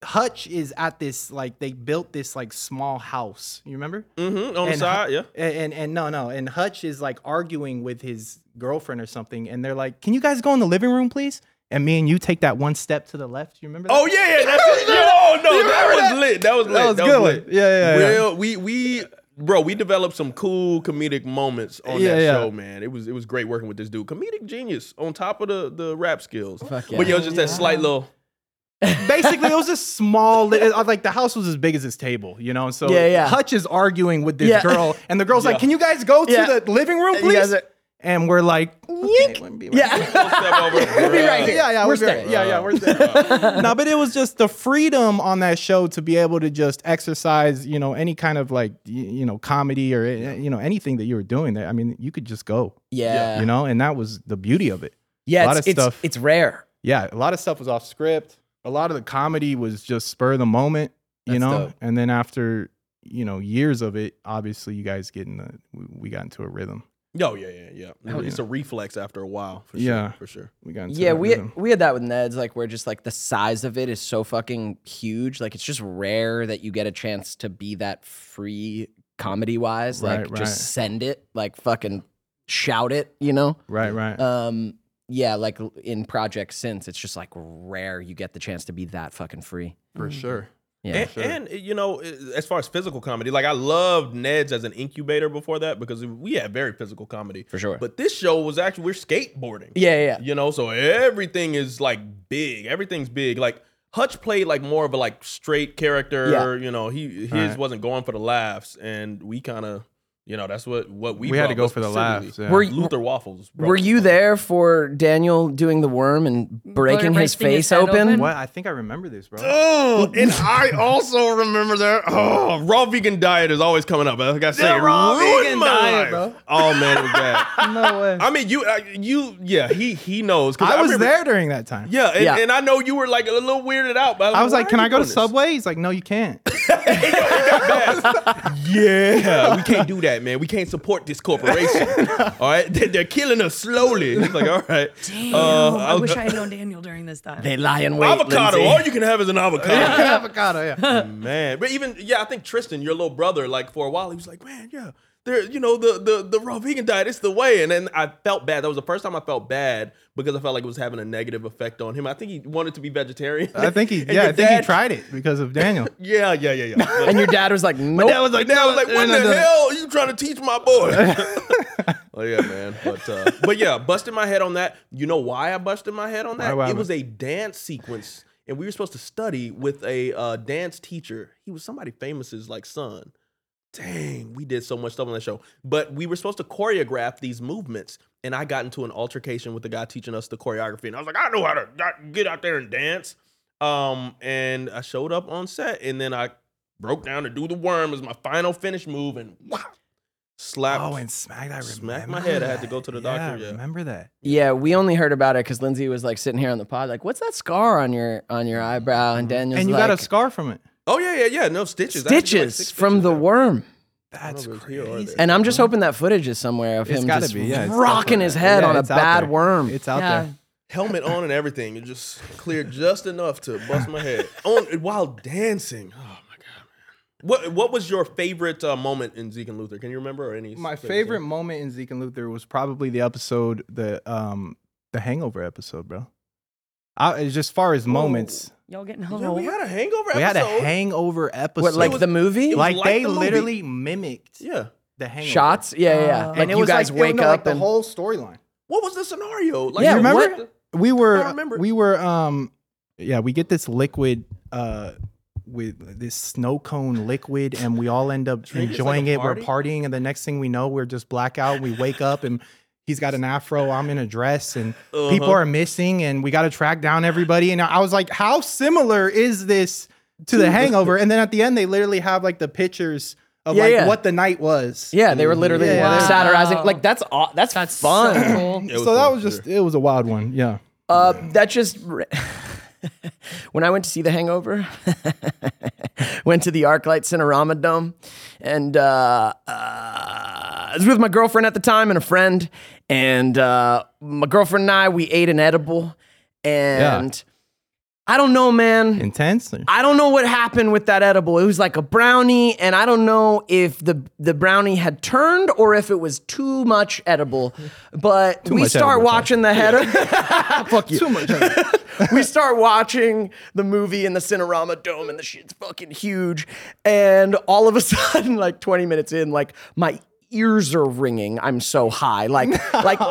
[SPEAKER 2] Hutch is at this like they built this like small house. You remember?
[SPEAKER 1] Mm-hmm. On the
[SPEAKER 2] And
[SPEAKER 1] side,
[SPEAKER 2] Hu-
[SPEAKER 1] yeah.
[SPEAKER 2] And, and and no no and Hutch is like arguing with his girlfriend or something, and they're like, "Can you guys go in the living room, please?" And me and you take that one step to the left. You remember? (laughs) That?
[SPEAKER 1] Oh yeah, yeah. That's it. Yo, no, that was lit. That was lit.
[SPEAKER 2] was good one.
[SPEAKER 1] lit.
[SPEAKER 2] Yeah, yeah, yeah.
[SPEAKER 1] Real, we we bro, we developed some cool comedic moments on
[SPEAKER 2] Yeah,
[SPEAKER 1] that
[SPEAKER 2] yeah.
[SPEAKER 1] show, man. It was it was great working with this dude. Comedic genius on top of the the rap skills. But yo, just that slight little.
[SPEAKER 2] basically it was a small li- it- like the house was as big as his table you know and so
[SPEAKER 4] Yeah, yeah.
[SPEAKER 2] hutch is arguing with this
[SPEAKER 4] Yeah.
[SPEAKER 2] girl and the girl's
[SPEAKER 1] Yeah.
[SPEAKER 2] like can you guys go to
[SPEAKER 4] Yeah.
[SPEAKER 2] the living room
[SPEAKER 4] You guys
[SPEAKER 2] please
[SPEAKER 4] are-
[SPEAKER 2] and we're like "Yeek."
[SPEAKER 4] yeah.
[SPEAKER 1] little step
[SPEAKER 2] (laughs)
[SPEAKER 4] (laughs)
[SPEAKER 1] over, bruh.
[SPEAKER 4] right here.
[SPEAKER 2] yeah yeah
[SPEAKER 4] We're
[SPEAKER 2] we're there
[SPEAKER 4] staying.
[SPEAKER 2] yeah yeah we're there no but it was just the freedom on that show to be able to just exercise you know any kind of like y- you know comedy or eh, you know anything that you were doing there i mean you could just go
[SPEAKER 4] yeah,
[SPEAKER 2] you know and that was the beauty of it
[SPEAKER 4] yeah.
[SPEAKER 2] a lot
[SPEAKER 4] It's,
[SPEAKER 2] of
[SPEAKER 4] it's
[SPEAKER 2] stuff
[SPEAKER 4] it's rare.
[SPEAKER 2] yeah, a lot of stuff was off script. A lot of the comedy was just spur of the moment, you
[SPEAKER 4] That's
[SPEAKER 2] know.
[SPEAKER 4] dope.
[SPEAKER 2] And then after you know years of it, obviously you guys get in the we, we got into a rhythm.
[SPEAKER 1] Yo, yeah, yeah, yeah. It's a reflex after a while, for sure.
[SPEAKER 2] Yeah.
[SPEAKER 1] For sure.
[SPEAKER 2] We got into Mm-hmm.
[SPEAKER 4] Yeah,
[SPEAKER 2] that
[SPEAKER 4] we
[SPEAKER 2] rhythm.
[SPEAKER 4] had, we had that with Ned's, like where just like the size of it is so fucking huge. Like it's just rare that you get a chance to be that free comedy wise. Like
[SPEAKER 2] Right, right.
[SPEAKER 4] just send it, like fucking shout it, you know?
[SPEAKER 2] right, right.
[SPEAKER 4] Um yeah, like l- in projects since it's just like rare you get the chance to be that fucking free.
[SPEAKER 1] For
[SPEAKER 2] Mm-hmm.
[SPEAKER 1] sure.
[SPEAKER 4] Yeah.
[SPEAKER 1] and, and, you know, as far as physical comedy, like I loved Ned's as an incubator before that because we had very physical comedy
[SPEAKER 4] For sure.
[SPEAKER 1] But this show was actually we're skateboarding.
[SPEAKER 4] yeah, yeah, yeah.
[SPEAKER 1] You know, so everything is like big. Everything's big. Like Hutch played like more of a like straight character.
[SPEAKER 4] Yeah.
[SPEAKER 1] You know, he his
[SPEAKER 2] Right.
[SPEAKER 1] wasn't going for the laughs, and we kind of, you know, that's what what we
[SPEAKER 2] We, had
[SPEAKER 1] brought
[SPEAKER 2] to go
[SPEAKER 1] was
[SPEAKER 2] for the
[SPEAKER 1] specifically.
[SPEAKER 2] laughs. Yeah.
[SPEAKER 4] Were you
[SPEAKER 1] Luther Waffles. brought
[SPEAKER 4] were
[SPEAKER 1] us
[SPEAKER 4] you
[SPEAKER 1] the-
[SPEAKER 4] there for Daniel doing the worm and breaking his
[SPEAKER 3] breaking his
[SPEAKER 4] face
[SPEAKER 3] head
[SPEAKER 4] open?
[SPEAKER 3] open?
[SPEAKER 2] what? I think I remember this,
[SPEAKER 1] (laughs)
[SPEAKER 2] bro.
[SPEAKER 1] Oh, and I also remember that. Oh, raw vegan diet is always coming up. Like I say, it
[SPEAKER 2] raw
[SPEAKER 1] ruined
[SPEAKER 2] vegan
[SPEAKER 1] my
[SPEAKER 2] diet,
[SPEAKER 1] life.
[SPEAKER 2] bro.
[SPEAKER 1] Oh man, it was bad.
[SPEAKER 2] no way.
[SPEAKER 1] (laughs) I mean, you, uh, you, yeah, he he knows. 'cause
[SPEAKER 2] (laughs) I was
[SPEAKER 1] remember-
[SPEAKER 2] there during that time.
[SPEAKER 1] Yeah and,
[SPEAKER 4] Yeah.
[SPEAKER 1] and I know you were like a little weirded out. But
[SPEAKER 2] I was
[SPEAKER 1] why
[SPEAKER 2] like,
[SPEAKER 1] are
[SPEAKER 2] "Can
[SPEAKER 1] you
[SPEAKER 2] I go to
[SPEAKER 1] doing this?"
[SPEAKER 2] Subway?" He's like, "No, you can't." (laughs)
[SPEAKER 1] Yeah, we can't do that, man. We can't support this
[SPEAKER 2] (laughs)
[SPEAKER 1] corporation. all right, They- they're killing us slowly. It's like, all right,
[SPEAKER 3] Damn,
[SPEAKER 1] Uh,
[SPEAKER 3] I
[SPEAKER 1] I'll
[SPEAKER 3] wish
[SPEAKER 1] go-
[SPEAKER 3] I had known Daniel during this time.
[SPEAKER 4] They lie in wait.
[SPEAKER 1] avocado.
[SPEAKER 4] Lindsay.
[SPEAKER 2] oh,
[SPEAKER 1] All you can have is an (laughs) avocado,
[SPEAKER 2] Avocado, yeah.
[SPEAKER 1] man. But even yeah, I think Tristan, your little brother, like for a while, he was like, man, yeah, there, you know, the the the raw vegan diet is the way. And then I felt bad. That was the first time I felt bad because I felt like it was having a negative effect on him. I think he wanted to be vegetarian.
[SPEAKER 2] I think he,
[SPEAKER 1] And
[SPEAKER 2] yeah,
[SPEAKER 1] your
[SPEAKER 2] I think
[SPEAKER 1] dad-
[SPEAKER 2] he tried it because of Daniel.
[SPEAKER 1] (laughs) Yeah, yeah, yeah,
[SPEAKER 2] (laughs)
[SPEAKER 1] yeah.
[SPEAKER 4] and your dad was like, "Nope."
[SPEAKER 1] I was like, now I was like, what
[SPEAKER 2] no,
[SPEAKER 1] the
[SPEAKER 2] no.
[SPEAKER 1] hell are you trying to teach my
[SPEAKER 2] (laughs)
[SPEAKER 1] boy? (laughs) oh yeah, man. But uh, but yeah, busted my head on that. You know why I busted my head on that?
[SPEAKER 2] Why, why,
[SPEAKER 1] it was a dance sequence, and we were supposed to study with a uh, dance teacher. He was somebody famous's like son. Dang, we did so much stuff on that show. But we were supposed to choreograph these movements, and I got into an altercation with the guy teaching us the choreography, and I was like, I know how to I- get out there and dance. Um, and I showed up on set, and then I broke down to do the worm as my final finish move, and wow, slapped.
[SPEAKER 2] Oh, and smacked. I remember.
[SPEAKER 1] Smacked my head. I had to go to the
[SPEAKER 2] that.
[SPEAKER 1] doctor,
[SPEAKER 2] Yeah,
[SPEAKER 1] yeah.
[SPEAKER 2] I remember that.
[SPEAKER 4] Yeah, we only heard about it because Lindsay was like sitting here on the pod, like, "What's that scar on your on your eyebrow?"
[SPEAKER 3] Mm.
[SPEAKER 4] And Daniel's
[SPEAKER 2] and you
[SPEAKER 4] like,
[SPEAKER 2] got a scar from it.
[SPEAKER 1] oh yeah, yeah, yeah. No stitches. Actually, like,
[SPEAKER 4] stitches
[SPEAKER 1] six
[SPEAKER 4] from
[SPEAKER 1] stitches
[SPEAKER 4] the
[SPEAKER 1] now.
[SPEAKER 4] worm.
[SPEAKER 2] That's
[SPEAKER 1] know if it's here or
[SPEAKER 2] crazy.
[SPEAKER 1] there.
[SPEAKER 4] And I'm just hoping that footage is somewhere of
[SPEAKER 2] It's
[SPEAKER 4] him
[SPEAKER 2] gotta
[SPEAKER 4] just
[SPEAKER 2] be, yeah, it's
[SPEAKER 4] rocking
[SPEAKER 2] definitely-
[SPEAKER 4] his head
[SPEAKER 2] yeah,
[SPEAKER 4] on a
[SPEAKER 2] it's out
[SPEAKER 4] bad
[SPEAKER 2] there.
[SPEAKER 4] worm.
[SPEAKER 2] It's out
[SPEAKER 3] yeah.
[SPEAKER 2] there.
[SPEAKER 1] helmet on and everything. It just cleared just enough to bust my head on while dancing. Oh my god, man! What what was your favorite uh, moment in Zeke and Luther? Can you remember or any?
[SPEAKER 2] My favorite moment in Zeke and Luther was probably the episode, the um, the Hangover episode, bro. I, it's just far as moments,
[SPEAKER 3] Y'all getting
[SPEAKER 1] Yeah,
[SPEAKER 3] hungover?
[SPEAKER 1] we had a hangover.
[SPEAKER 2] we had
[SPEAKER 1] episode.
[SPEAKER 2] a Hangover episode.
[SPEAKER 4] What, like
[SPEAKER 1] was-
[SPEAKER 4] the movie?
[SPEAKER 1] it was
[SPEAKER 2] like,
[SPEAKER 1] like
[SPEAKER 2] they
[SPEAKER 1] the movie.
[SPEAKER 2] literally mimicked
[SPEAKER 1] Yeah.
[SPEAKER 2] the Hangover
[SPEAKER 4] Shots? Yeah, yeah. yeah.
[SPEAKER 3] Uh,
[SPEAKER 4] like
[SPEAKER 2] Uh-huh. and it
[SPEAKER 4] you
[SPEAKER 2] was
[SPEAKER 4] guys
[SPEAKER 2] like,
[SPEAKER 4] wake
[SPEAKER 2] no,
[SPEAKER 4] up
[SPEAKER 2] like the
[SPEAKER 4] and
[SPEAKER 2] whole storyline.
[SPEAKER 1] What was the scenario? Like,
[SPEAKER 4] Yeah,
[SPEAKER 1] what
[SPEAKER 4] remember?
[SPEAKER 1] the-
[SPEAKER 2] we were
[SPEAKER 1] I remember.
[SPEAKER 2] we were um yeah we get this liquid uh with this snow cone liquid and we all end up
[SPEAKER 1] Drink, it's
[SPEAKER 2] enjoying
[SPEAKER 1] like
[SPEAKER 2] it
[SPEAKER 1] a
[SPEAKER 2] we're partying and the next thing we know we're just blackout we wake up and he's got an afro i'm in a dress and people
[SPEAKER 1] Uh-huh.
[SPEAKER 2] are missing and we got to track down everybody and i was like how similar is this to the hangover and then at the end they literally have like the pictures of
[SPEAKER 4] Yeah,
[SPEAKER 2] like
[SPEAKER 4] yeah.
[SPEAKER 2] what the night was
[SPEAKER 4] yeah, they were literally
[SPEAKER 2] Yeah,
[SPEAKER 3] yeah.
[SPEAKER 4] satirizing.
[SPEAKER 3] Wow.
[SPEAKER 4] Like that's aw- that's,
[SPEAKER 3] That's
[SPEAKER 4] fun.
[SPEAKER 3] so cool.
[SPEAKER 1] It was
[SPEAKER 2] so that
[SPEAKER 1] fun,
[SPEAKER 2] was
[SPEAKER 1] for
[SPEAKER 2] just
[SPEAKER 1] sure.
[SPEAKER 2] it was a wild one yeah
[SPEAKER 4] Uh, that just (laughs) when I went to see The Hangover, (laughs) went to the ArcLight Cinerama Dome, and uh, uh, I was with my girlfriend at the time and a friend, and uh, my girlfriend and I we ate an edible, and I don't know, man.
[SPEAKER 2] intense
[SPEAKER 4] I don't know what happened with that edible. It was like a brownie, and I don't know if the the brownie had turned or if it was too much edible. But we
[SPEAKER 2] much
[SPEAKER 4] start
[SPEAKER 2] edible,
[SPEAKER 4] watching the header. (laughs) Fuck you.
[SPEAKER 2] too much
[SPEAKER 4] (laughs) we start watching the movie in the Cinerama Dome, and the shit's fucking huge. And all of a (laughs) sudden, like 20 minutes in, like my ears are ringing. I'm so
[SPEAKER 2] (laughs)
[SPEAKER 4] high, like like
[SPEAKER 2] Oh,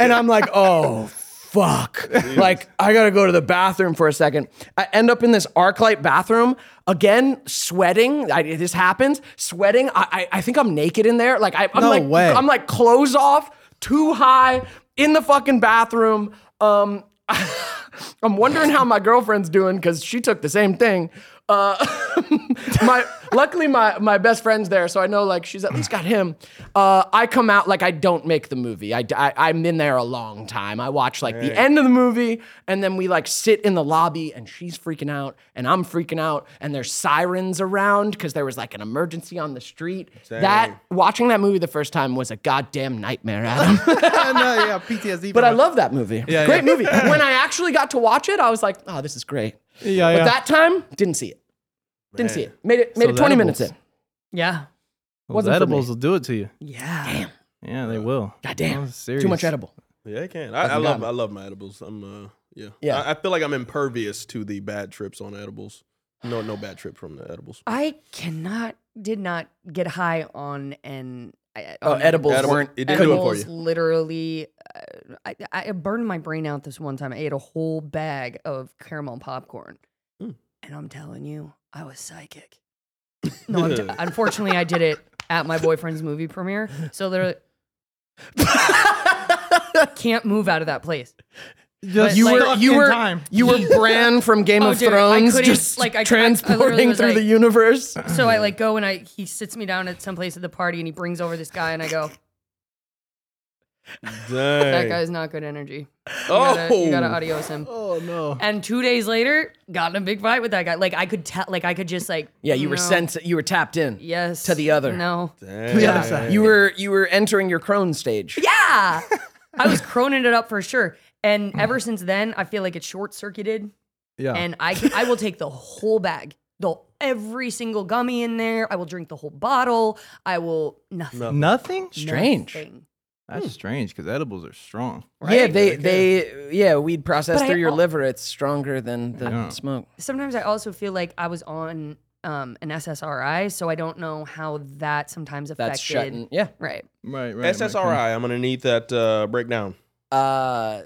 [SPEAKER 4] and I'm like, oh fuck. Like I gotta go to the bathroom for a second. I end up in this ArcLight bathroom again, sweating. I, this happens, sweating. I, I I think I'm naked in there. Like I, I'm
[SPEAKER 2] No
[SPEAKER 4] like
[SPEAKER 2] way.
[SPEAKER 4] I'm like clothes off, too high in the fucking bathroom. Um, (laughs) I'm wondering how my girlfriend's doing because she took the same thing. Uh, (laughs) my luckily my my best friend's there, so I know like she's at least got him. Uh, I come out like I don't make the movie. I, I am in there a long time. I watch like the end of the movie, and then we like sit in the lobby, and she's freaking out, and I'm freaking out, and there's sirens around because there was like an emergency on the street. That watching that movie the first time was a goddamn nightmare, Adam.
[SPEAKER 2] (laughs) no, yeah, PTSD.
[SPEAKER 4] But I love that movie.
[SPEAKER 2] Yeah,
[SPEAKER 4] great
[SPEAKER 2] yeah.
[SPEAKER 4] movie. When I actually got to watch it, I was like, oh, this is great.
[SPEAKER 2] Yeah,
[SPEAKER 4] But
[SPEAKER 2] yeah.
[SPEAKER 4] that time, didn't see it. Didn't see it. Made it made
[SPEAKER 2] So
[SPEAKER 4] it
[SPEAKER 2] the
[SPEAKER 4] 20
[SPEAKER 2] edibles.
[SPEAKER 4] minutes in.
[SPEAKER 3] Yeah.
[SPEAKER 2] Those
[SPEAKER 4] wasn't for
[SPEAKER 2] edibles
[SPEAKER 4] me.
[SPEAKER 2] will do it to you.
[SPEAKER 3] Yeah.
[SPEAKER 2] Yeah, they will.
[SPEAKER 4] God damn.
[SPEAKER 2] I'm serious.
[SPEAKER 4] Too
[SPEAKER 2] (laughs)
[SPEAKER 4] much edible.
[SPEAKER 1] Yeah, I can. I, I love I love my edibles. I'm uh yeah.
[SPEAKER 4] Yeah.
[SPEAKER 1] I, I feel like I'm impervious to the bad trips on edibles. No, no bad trip from the edibles.
[SPEAKER 3] I cannot, did not get high on an. I-
[SPEAKER 4] Oh,
[SPEAKER 3] on
[SPEAKER 4] edibles
[SPEAKER 1] Edible-
[SPEAKER 4] weren't.
[SPEAKER 1] it didn't do it for
[SPEAKER 3] edibles
[SPEAKER 1] you.
[SPEAKER 3] literally uh, I, I burned my brain out this one time i ate a whole bag of caramel popcorn
[SPEAKER 4] Hmm.
[SPEAKER 1] Mm.
[SPEAKER 3] and i'm telling you i was psychic no I'm
[SPEAKER 4] (laughs)
[SPEAKER 3] t- unfortunately i did it at my boyfriend's movie premiere so
[SPEAKER 4] (laughs)
[SPEAKER 3] they're can't move out of that place
[SPEAKER 2] Just
[SPEAKER 3] You were-
[SPEAKER 2] stuck
[SPEAKER 4] you
[SPEAKER 2] in
[SPEAKER 4] were-
[SPEAKER 2] time.
[SPEAKER 3] (laughs)
[SPEAKER 4] You were Bran from Game
[SPEAKER 3] Oh,
[SPEAKER 4] of
[SPEAKER 3] dude, I
[SPEAKER 4] Thrones,
[SPEAKER 3] couldn't-
[SPEAKER 4] just
[SPEAKER 3] like,
[SPEAKER 4] like
[SPEAKER 3] I- I- I literally
[SPEAKER 4] transporting
[SPEAKER 3] was
[SPEAKER 4] through the
[SPEAKER 3] like-
[SPEAKER 4] universe.
[SPEAKER 3] so i like go and i he sits me down at some place at the party and he brings over this guy and i go
[SPEAKER 1] Dang.
[SPEAKER 3] that guy's not good energy you
[SPEAKER 1] oh,
[SPEAKER 3] gotta, you gotta adios him
[SPEAKER 2] Oh no.
[SPEAKER 3] And two days later, got in a big fight with that guy. Like I could tell, like I could just like
[SPEAKER 4] Yeah, you were
[SPEAKER 3] no,
[SPEAKER 4] sent. You were tapped in.
[SPEAKER 3] yes
[SPEAKER 4] to the other.
[SPEAKER 3] No,
[SPEAKER 1] Dang.
[SPEAKER 2] the other side.
[SPEAKER 4] You were you were entering your crone stage.
[SPEAKER 3] yeah, I
[SPEAKER 4] (laughs)
[SPEAKER 3] was croning it up for sure. And ever since then, I feel like it short circuited,
[SPEAKER 4] Oh.
[SPEAKER 2] Yeah.
[SPEAKER 3] and I can- I will take the whole bag, the every single gummy in there. I will drink the whole bottle. I will nothing.
[SPEAKER 1] No.
[SPEAKER 2] Nothing.
[SPEAKER 4] Strange.
[SPEAKER 3] nothing.
[SPEAKER 2] That's strange because edibles are strong.
[SPEAKER 4] Yeah, they they yeah, weed processed
[SPEAKER 3] But I
[SPEAKER 4] through your
[SPEAKER 3] al-
[SPEAKER 4] liver. It's stronger than the
[SPEAKER 2] Yeah.
[SPEAKER 4] smoke.
[SPEAKER 3] Sometimes I also feel like I was on um, an SSRI, so I don't know how that sometimes affected.
[SPEAKER 4] That's shutting. Yeah.
[SPEAKER 3] Right.
[SPEAKER 2] Right. Right.
[SPEAKER 1] SSRI. I'm gonna need that uh, breakdown.
[SPEAKER 4] Uh, what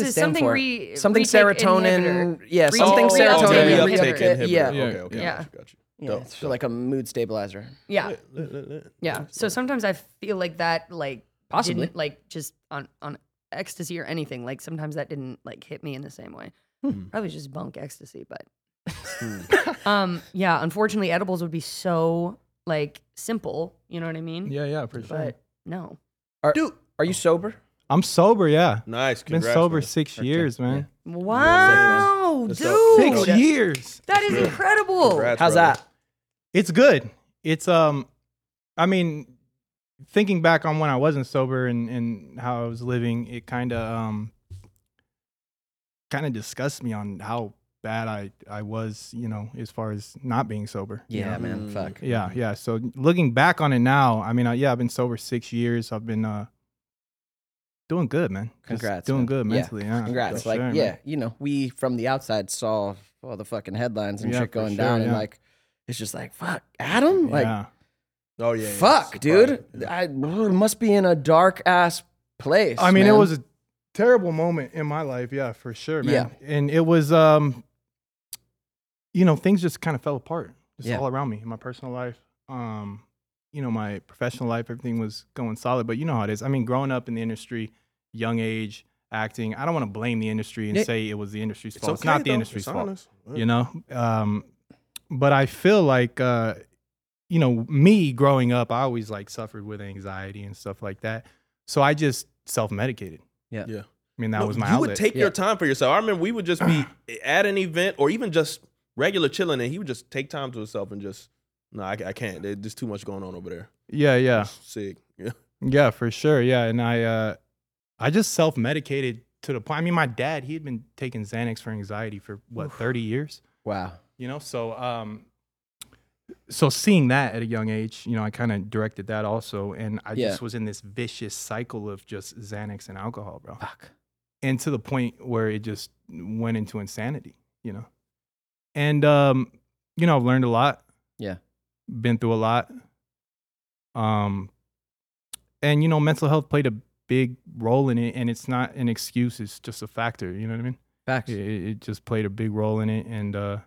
[SPEAKER 3] It's
[SPEAKER 4] it
[SPEAKER 3] a-
[SPEAKER 4] stand
[SPEAKER 3] something
[SPEAKER 4] for?
[SPEAKER 3] re-
[SPEAKER 4] something
[SPEAKER 3] retake
[SPEAKER 4] serotonin.
[SPEAKER 3] inhibitor.
[SPEAKER 4] Yeah,
[SPEAKER 3] Retake-
[SPEAKER 4] something
[SPEAKER 3] Oh,
[SPEAKER 1] oh,
[SPEAKER 4] serotonin.
[SPEAKER 1] the
[SPEAKER 3] yeah,
[SPEAKER 1] uptake
[SPEAKER 3] yeah.
[SPEAKER 1] inhibitor.
[SPEAKER 4] Yeah.
[SPEAKER 1] Okay, okay,
[SPEAKER 3] Yeah.
[SPEAKER 1] gotcha, gotcha.
[SPEAKER 4] Yeah,
[SPEAKER 1] Dope,
[SPEAKER 4] it's like a mood stabilizer.
[SPEAKER 3] Yeah.
[SPEAKER 1] Lit, lit, lit.
[SPEAKER 3] Yeah. So sometimes I feel like that, like
[SPEAKER 4] Possibly.
[SPEAKER 3] didn't like just on on ecstasy or anything. Like sometimes that didn't like hit me in the same way.
[SPEAKER 1] Hmm.
[SPEAKER 2] Hmm.
[SPEAKER 3] Probably just bunk ecstasy, but (laughs) um, yeah. Unfortunately, edibles would be so like simple. You know what I mean?
[SPEAKER 2] Yeah. Yeah. For sure.
[SPEAKER 3] But no.
[SPEAKER 4] Are, are you sober?
[SPEAKER 2] I'm sober. Yeah.
[SPEAKER 1] Nice.
[SPEAKER 2] Been
[SPEAKER 1] Congrats,
[SPEAKER 2] sober
[SPEAKER 1] man. Oh,
[SPEAKER 2] six years, man.
[SPEAKER 3] Wow,
[SPEAKER 1] That's dope.
[SPEAKER 3] dude,
[SPEAKER 2] Six years.
[SPEAKER 3] that is incredible.
[SPEAKER 1] Congrats,
[SPEAKER 4] How's
[SPEAKER 1] brother.
[SPEAKER 4] that?
[SPEAKER 2] It's good. It's um, I mean, thinking back on when I wasn't sober and, and how I was living, it kind of um, kind of disgusts me on how bad I, I was, you know, as far as not being sober. you
[SPEAKER 4] Yeah, Mm.
[SPEAKER 2] know?
[SPEAKER 4] man. Fuck.
[SPEAKER 2] Yeah, yeah. So looking back on it now, I mean, I, yeah, I've been sober six years. I've been uh, doing good, man. Just
[SPEAKER 4] Congrats,
[SPEAKER 2] doing
[SPEAKER 4] man.
[SPEAKER 2] good
[SPEAKER 4] Yeah.
[SPEAKER 2] mentally. Yeah,
[SPEAKER 4] Congrats.
[SPEAKER 2] For
[SPEAKER 4] like,
[SPEAKER 2] sure, man.
[SPEAKER 4] yeah, you know, we from the outside saw all the fucking headlines and
[SPEAKER 2] Yeah,
[SPEAKER 4] shit
[SPEAKER 2] for
[SPEAKER 4] going
[SPEAKER 2] sure,
[SPEAKER 4] down, and
[SPEAKER 2] yeah.
[SPEAKER 4] like, it's just like, fuck, Adam, like,
[SPEAKER 2] yeah.
[SPEAKER 1] Oh yeah. yeah,
[SPEAKER 4] fuck,
[SPEAKER 1] surprising.
[SPEAKER 4] dude, I must be in a dark ass place.
[SPEAKER 2] I mean,
[SPEAKER 4] man.
[SPEAKER 2] it was a terrible moment in my life. Yeah, for sure, man.
[SPEAKER 4] Yeah.
[SPEAKER 2] And it was, um, you know, things just kind of fell apart just
[SPEAKER 4] Yeah.
[SPEAKER 2] all around me in my personal life. Um, you know, my professional life, everything was going solid, but you know how it is. I mean, growing up in the industry, young age, acting, I don't want to blame the industry and
[SPEAKER 4] Yeah.
[SPEAKER 2] say it was the industry's
[SPEAKER 1] It's,
[SPEAKER 2] fault.
[SPEAKER 1] okay,
[SPEAKER 2] it's not the
[SPEAKER 1] though. It's
[SPEAKER 2] industry's fault
[SPEAKER 1] honest. Yeah.
[SPEAKER 2] you know um but i feel like uh you know me growing up i always like suffered with anxiety and stuff like that so i just self-medicated
[SPEAKER 4] Yeah.
[SPEAKER 1] Yeah.
[SPEAKER 2] i mean that
[SPEAKER 1] No,
[SPEAKER 2] was my
[SPEAKER 1] You
[SPEAKER 2] outlet
[SPEAKER 1] would take
[SPEAKER 4] Yeah.
[SPEAKER 1] your time for yourself. I remember we would just
[SPEAKER 4] (clears throat)
[SPEAKER 1] be at an event or even just regular chilling, and he would just take time to himself and just, no, I, I can't. There- There's too much going on over there.
[SPEAKER 2] yeah yeah
[SPEAKER 1] Sick. (laughs) Yeah.
[SPEAKER 2] yeah for sure yeah and i uh i just self-medicated to the point i mean my dad he had been taking xanax for anxiety for what 30 years
[SPEAKER 4] wow.
[SPEAKER 2] you know so um so seeing that at a young age you know i kind of directed that also and i
[SPEAKER 4] Yeah.
[SPEAKER 2] just was in this vicious cycle of just xanax and alcohol bro
[SPEAKER 4] Fuck.
[SPEAKER 2] and to the point where it just went into insanity, you know. And um, you know, I've learned a lot.
[SPEAKER 4] Yeah.
[SPEAKER 2] Been through a lot. Um and you know, mental health played a big role in it and it's not an excuse, it's just a factor, you know what I mean?
[SPEAKER 4] Facts.
[SPEAKER 2] It, it it just played a big role in it and uh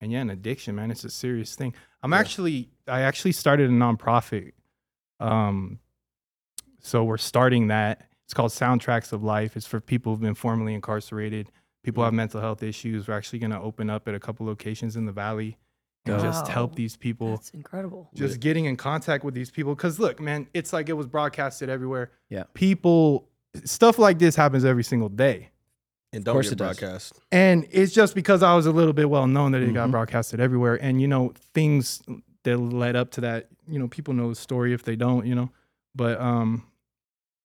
[SPEAKER 2] and yeah, an addiction, man, it's a serious thing. I'm
[SPEAKER 1] Yeah.
[SPEAKER 2] actually I actually started a nonprofit um, so we're starting that. It's called Soundtracks of Life. It's for people who've been formerly incarcerated, people who have mental health issues. We're actually going to open up at a couple locations in the valley and just help
[SPEAKER 3] Wow.
[SPEAKER 2] these people.
[SPEAKER 3] That's incredible.
[SPEAKER 2] Just getting in contact with these people. Because look, man, it's like it was broadcasted everywhere.
[SPEAKER 4] Yeah.
[SPEAKER 2] People, stuff like this happens every single day.
[SPEAKER 1] And don't
[SPEAKER 4] course
[SPEAKER 1] get
[SPEAKER 4] it does.
[SPEAKER 1] broadcast.
[SPEAKER 2] And it's just because I was a little bit well known that it got
[SPEAKER 4] Mhm.
[SPEAKER 2] broadcasted everywhere. And you know, things that led up to that, you know, people know the story if they don't, you know. But um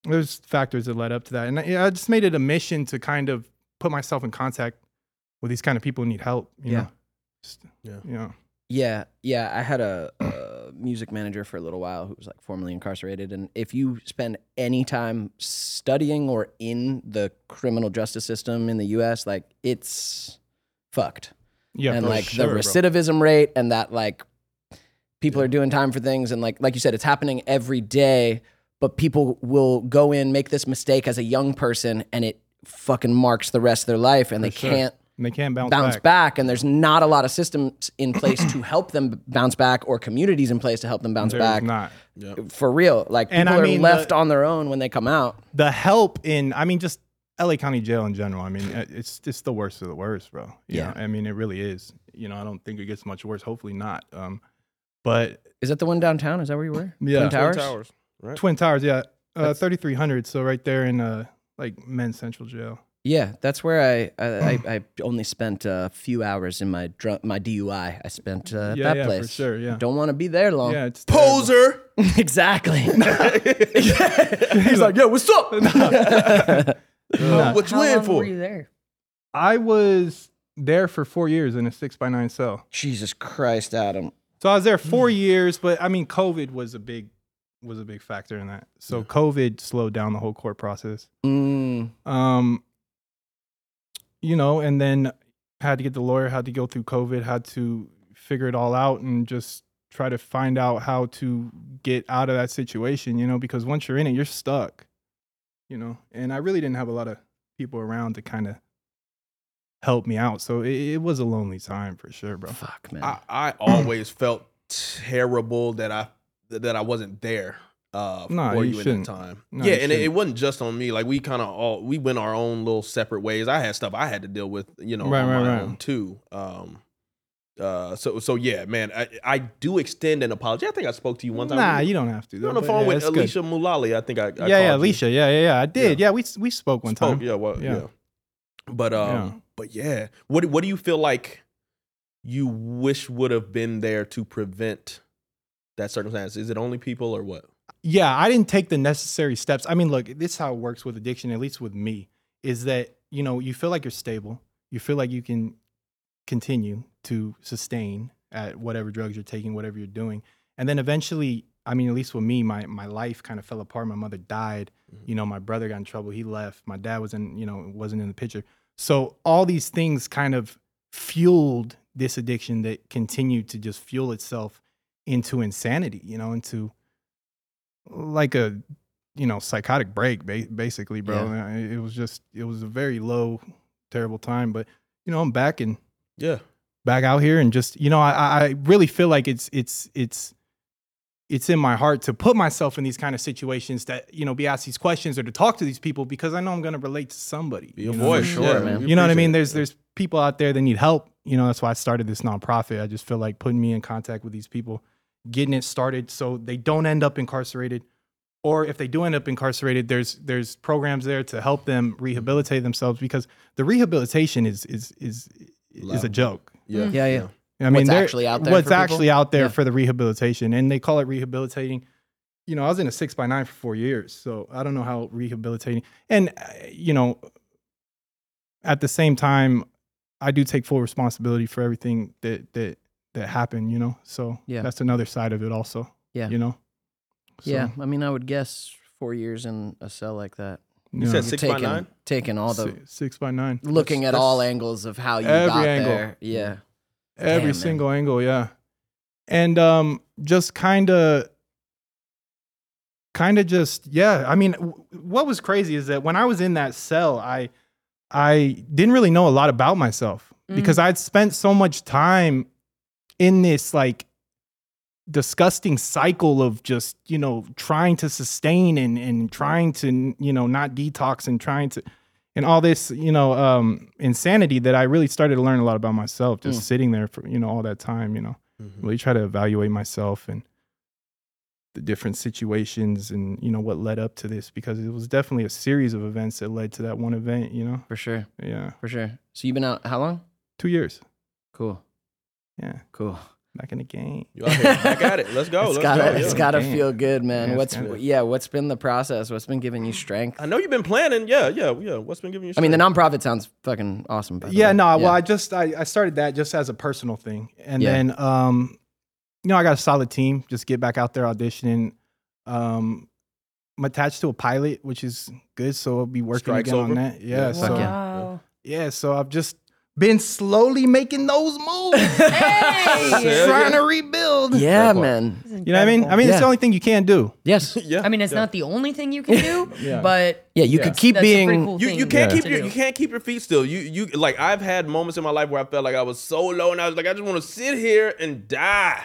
[SPEAKER 2] there's factors that led up to that. And I, I just made it a mission to kind of put myself in contact with these kind of people who need help. You
[SPEAKER 4] Yeah.
[SPEAKER 2] Know? Just,
[SPEAKER 1] Yeah.
[SPEAKER 2] You know.
[SPEAKER 4] Yeah, yeah. I had a, a music manager for a little while who was like formerly incarcerated, and if you spend any time studying or in the criminal justice system in the U.S., like it's fucked,
[SPEAKER 2] Yeah.
[SPEAKER 4] and
[SPEAKER 2] for
[SPEAKER 4] like
[SPEAKER 2] sure,
[SPEAKER 4] the
[SPEAKER 2] bro.
[SPEAKER 4] recidivism rate, and that like people are doing time for things, and like like you said, it's happening every day. But people will go in, make this mistake as a young person, and it fucking marks the rest of their life, and they
[SPEAKER 2] sure.
[SPEAKER 4] can't
[SPEAKER 2] And they can't bounce,
[SPEAKER 4] bounce
[SPEAKER 2] back.
[SPEAKER 4] back. and there's not a lot of systems in place
[SPEAKER 2] (clears throat)
[SPEAKER 4] to help them b- bounce back or communities in place to help them bounce
[SPEAKER 2] There's
[SPEAKER 4] back
[SPEAKER 2] not.
[SPEAKER 4] for real like
[SPEAKER 2] And
[SPEAKER 4] people
[SPEAKER 2] I
[SPEAKER 4] are
[SPEAKER 2] mean,
[SPEAKER 4] left
[SPEAKER 2] the-
[SPEAKER 4] on their own when they come out
[SPEAKER 2] the help in i mean just la county jail in general i mean uh, it's it's the worst of the worst bro you
[SPEAKER 4] Yeah.
[SPEAKER 2] know? i mean it really is you know i don't think it gets much worse hopefully not um but
[SPEAKER 4] is that the one downtown is that where you were
[SPEAKER 2] Yeah. Twin
[SPEAKER 4] Twin towers,
[SPEAKER 1] Towers. Right.
[SPEAKER 2] twin towers yeah uh 3300 so right there in uh like men's central jail
[SPEAKER 4] yeah that's where i i,
[SPEAKER 2] (clears throat)
[SPEAKER 4] I, I only spent a few hours in my dr- my dui i spent uh, at
[SPEAKER 2] yeah
[SPEAKER 4] that
[SPEAKER 2] yeah
[SPEAKER 4] place
[SPEAKER 2] for sure yeah
[SPEAKER 4] don't want to be there long
[SPEAKER 2] yeah it's terrible.
[SPEAKER 1] Poser.
[SPEAKER 2] (laughs)
[SPEAKER 4] (laughs) exactly
[SPEAKER 6] He's like, yo, what's up?
[SPEAKER 2] Nah.
[SPEAKER 1] What you
[SPEAKER 3] How
[SPEAKER 1] in
[SPEAKER 3] long
[SPEAKER 1] for?
[SPEAKER 3] were you there?
[SPEAKER 2] i was there for four years in a six by nine cell
[SPEAKER 4] (laughs) jesus christ adam
[SPEAKER 2] So I was there
[SPEAKER 4] Mm.
[SPEAKER 2] four years, but I mean, COVID was a big was a big factor in that. So COVID slowed down the whole court process.
[SPEAKER 4] Mm.
[SPEAKER 2] Um, you know, and then had to get the lawyer, had to go through COVID, had to figure it all out, and just try to find out how to get out of that situation. You know, because once you're in it, you're stuck. You know, and I really didn't have a lot of people around to kind of help me out, so it, it was a lonely time for sure, bro.
[SPEAKER 4] fuck man
[SPEAKER 2] (clears throat)
[SPEAKER 1] I, I always felt terrible that I that I wasn't there uh,
[SPEAKER 2] No,
[SPEAKER 1] for
[SPEAKER 2] you
[SPEAKER 1] you,
[SPEAKER 2] shouldn't.
[SPEAKER 1] at that time.
[SPEAKER 2] No,
[SPEAKER 1] yeah,
[SPEAKER 2] you
[SPEAKER 1] and it, it
[SPEAKER 2] shouldn't.
[SPEAKER 1] wasn't just on me. Like we kind of all we went our own little separate ways. I had stuff I had to deal with, you know,
[SPEAKER 2] Right,
[SPEAKER 1] on
[SPEAKER 2] right,
[SPEAKER 1] my
[SPEAKER 2] right.
[SPEAKER 1] own too. Um, uh, so so yeah, man, I, I do extend an apology. I think I spoke to you one time.
[SPEAKER 2] Nah,
[SPEAKER 1] We-
[SPEAKER 2] you don't have to.
[SPEAKER 1] you were on
[SPEAKER 2] though,
[SPEAKER 1] the
[SPEAKER 2] but
[SPEAKER 1] phone
[SPEAKER 2] yeah,
[SPEAKER 1] with
[SPEAKER 2] it's good.
[SPEAKER 1] Alicia Mulally. I think I, I
[SPEAKER 2] yeah, yeah,
[SPEAKER 1] called you.
[SPEAKER 2] Alicia. Yeah, yeah, yeah. I did. Yeah, we s- we spoke one
[SPEAKER 1] Spoke,
[SPEAKER 2] time.
[SPEAKER 1] Yeah, well,
[SPEAKER 2] Yeah.
[SPEAKER 1] yeah. But um,
[SPEAKER 2] Yeah.
[SPEAKER 1] but yeah, what what do you feel like you wish would have been there to prevent that circumstance? Is it only people or what?
[SPEAKER 2] yeah, I didn't take the necessary steps. I mean, look, this is how it works with addiction, at least with me, is that, you know, you feel like you're stable. You feel like you can continue to sustain at whatever drugs you're taking, whatever you're doing. And then eventually, I mean, at least with me, my, my life kind of fell apart. My mother died. You know, my brother got in trouble. He left. My dad was in, you know, wasn't in the picture. So all these things kind of fueled this addiction that continued to just fuel itself into insanity, you know, into like a you know psychotic break ba- basically bro And I- it was just it was a very low terrible time but you know i'm back and
[SPEAKER 1] Yeah.
[SPEAKER 2] back out here and just you know i I- i really feel like it's it's it's it's in my heart to put myself in these kind of situations that you know be asked these questions or to talk to these people because i know i'm going to relate to somebody
[SPEAKER 1] Be a
[SPEAKER 2] you know?
[SPEAKER 1] voice.
[SPEAKER 4] sure,
[SPEAKER 1] yeah,
[SPEAKER 4] man.
[SPEAKER 1] we
[SPEAKER 2] you know what I
[SPEAKER 1] appreciate
[SPEAKER 2] mean?
[SPEAKER 1] it.
[SPEAKER 2] There's there's people out there that need help. You know, that's why I started this nonprofit. I just feel like putting me in contact with these people, getting it started so they don't end up incarcerated. Or if they do end up incarcerated, there's there's programs there to help them rehabilitate themselves because the rehabilitation is is is is a
[SPEAKER 1] Liable.
[SPEAKER 2] joke.
[SPEAKER 1] yeah.
[SPEAKER 4] Yeah, yeah.
[SPEAKER 2] I mean,
[SPEAKER 4] What's
[SPEAKER 2] there-
[SPEAKER 4] actually out there
[SPEAKER 2] What's
[SPEAKER 4] for people?
[SPEAKER 2] actually out there
[SPEAKER 4] Yeah.
[SPEAKER 2] for the rehabilitation, and they call it rehabilitating. You know, I was in a six by nine for four years, so I don't know how rehabilitating. And uh, you know, at the same time, I do take full responsibility for everything that that that happened. You know, so
[SPEAKER 4] Yeah.
[SPEAKER 2] that's another side of it, also.
[SPEAKER 4] Yeah.
[SPEAKER 2] you know. So,
[SPEAKER 4] Yeah, I mean, I would guess four years in a cell like that.
[SPEAKER 2] You
[SPEAKER 1] said
[SPEAKER 4] You're
[SPEAKER 1] Six by
[SPEAKER 4] taking,
[SPEAKER 1] nine?
[SPEAKER 4] Taking all the
[SPEAKER 2] si- six by nine,
[SPEAKER 4] looking at
[SPEAKER 1] that's-
[SPEAKER 4] all angles of how you
[SPEAKER 2] Every
[SPEAKER 4] got
[SPEAKER 2] angle.
[SPEAKER 4] there. Yeah, Damn,
[SPEAKER 2] every
[SPEAKER 4] man.
[SPEAKER 2] single angle yeah and um just kind of kind of just yeah i mean w- what was crazy is that when i was in that cell i i didn't really know a lot about myself because i'd spent so much time in this like disgusting cycle of just you know trying to sustain and and trying to you know not detox and trying to and all this you know um insanity that i really started to learn a lot about myself just
[SPEAKER 4] Mm.
[SPEAKER 2] sitting there for you know all that time you know
[SPEAKER 1] Mhm.
[SPEAKER 2] really try to evaluate myself and the different situations and you know what led up to this because it was definitely a series of events that led to that one event you know
[SPEAKER 4] for sure,
[SPEAKER 2] yeah
[SPEAKER 4] for sure. So you've been out how long?
[SPEAKER 2] two years
[SPEAKER 4] Cool,
[SPEAKER 2] yeah
[SPEAKER 4] cool.
[SPEAKER 2] back in the game
[SPEAKER 1] You out here. Back at it. Let's go.
[SPEAKER 4] it's
[SPEAKER 1] Oh, Let's
[SPEAKER 4] gotta,
[SPEAKER 1] go.
[SPEAKER 4] it's
[SPEAKER 1] yeah.
[SPEAKER 4] gotta
[SPEAKER 2] Damn.
[SPEAKER 4] feel good, man.
[SPEAKER 2] Yeah, it's
[SPEAKER 4] what's
[SPEAKER 2] gotta-
[SPEAKER 4] yeah? What's been the process? What's been giving you strength?
[SPEAKER 1] I know you've been planning. Yeah, yeah, yeah. What's been giving you?
[SPEAKER 4] I mean, the
[SPEAKER 1] strength?
[SPEAKER 4] nonprofit sounds fucking awesome. By the
[SPEAKER 2] yeah
[SPEAKER 4] way.
[SPEAKER 2] no
[SPEAKER 4] yeah.
[SPEAKER 2] well i just I, I started that just as a personal thing and
[SPEAKER 4] Yeah.
[SPEAKER 2] then um you know i got a solid team just get back out there auditioning um i'm attached to a pilot which is good so i'll be working
[SPEAKER 1] Strike's
[SPEAKER 2] again
[SPEAKER 1] over?
[SPEAKER 2] on that yeah,
[SPEAKER 1] Yeah.
[SPEAKER 2] so
[SPEAKER 4] Fuck yeah.
[SPEAKER 3] Wow.
[SPEAKER 2] yeah so i've just been slowly making those
[SPEAKER 4] (laughs)
[SPEAKER 2] moves
[SPEAKER 3] Hey!
[SPEAKER 1] Hell
[SPEAKER 2] trying
[SPEAKER 1] yeah.
[SPEAKER 2] to rebuild
[SPEAKER 4] yeah,
[SPEAKER 1] Fair point.
[SPEAKER 4] man.
[SPEAKER 2] you know what i mean i mean it's
[SPEAKER 4] Yeah.
[SPEAKER 2] the only thing you can do
[SPEAKER 4] Yes,
[SPEAKER 1] (laughs) yeah.
[SPEAKER 3] I mean, it's
[SPEAKER 1] yeah.
[SPEAKER 3] not the only thing you can do,
[SPEAKER 2] (laughs) Yeah.
[SPEAKER 3] but
[SPEAKER 4] yeah. You
[SPEAKER 1] Yeah.
[SPEAKER 4] could keep
[SPEAKER 3] that's a pretty
[SPEAKER 4] being.
[SPEAKER 3] cool
[SPEAKER 1] You,
[SPEAKER 3] thing
[SPEAKER 1] you can't
[SPEAKER 3] to
[SPEAKER 1] keep your
[SPEAKER 3] do.
[SPEAKER 1] you can't keep your feet still. You you like I've had moments in my life where I felt like I was so low and I was like I just want to sit here and die,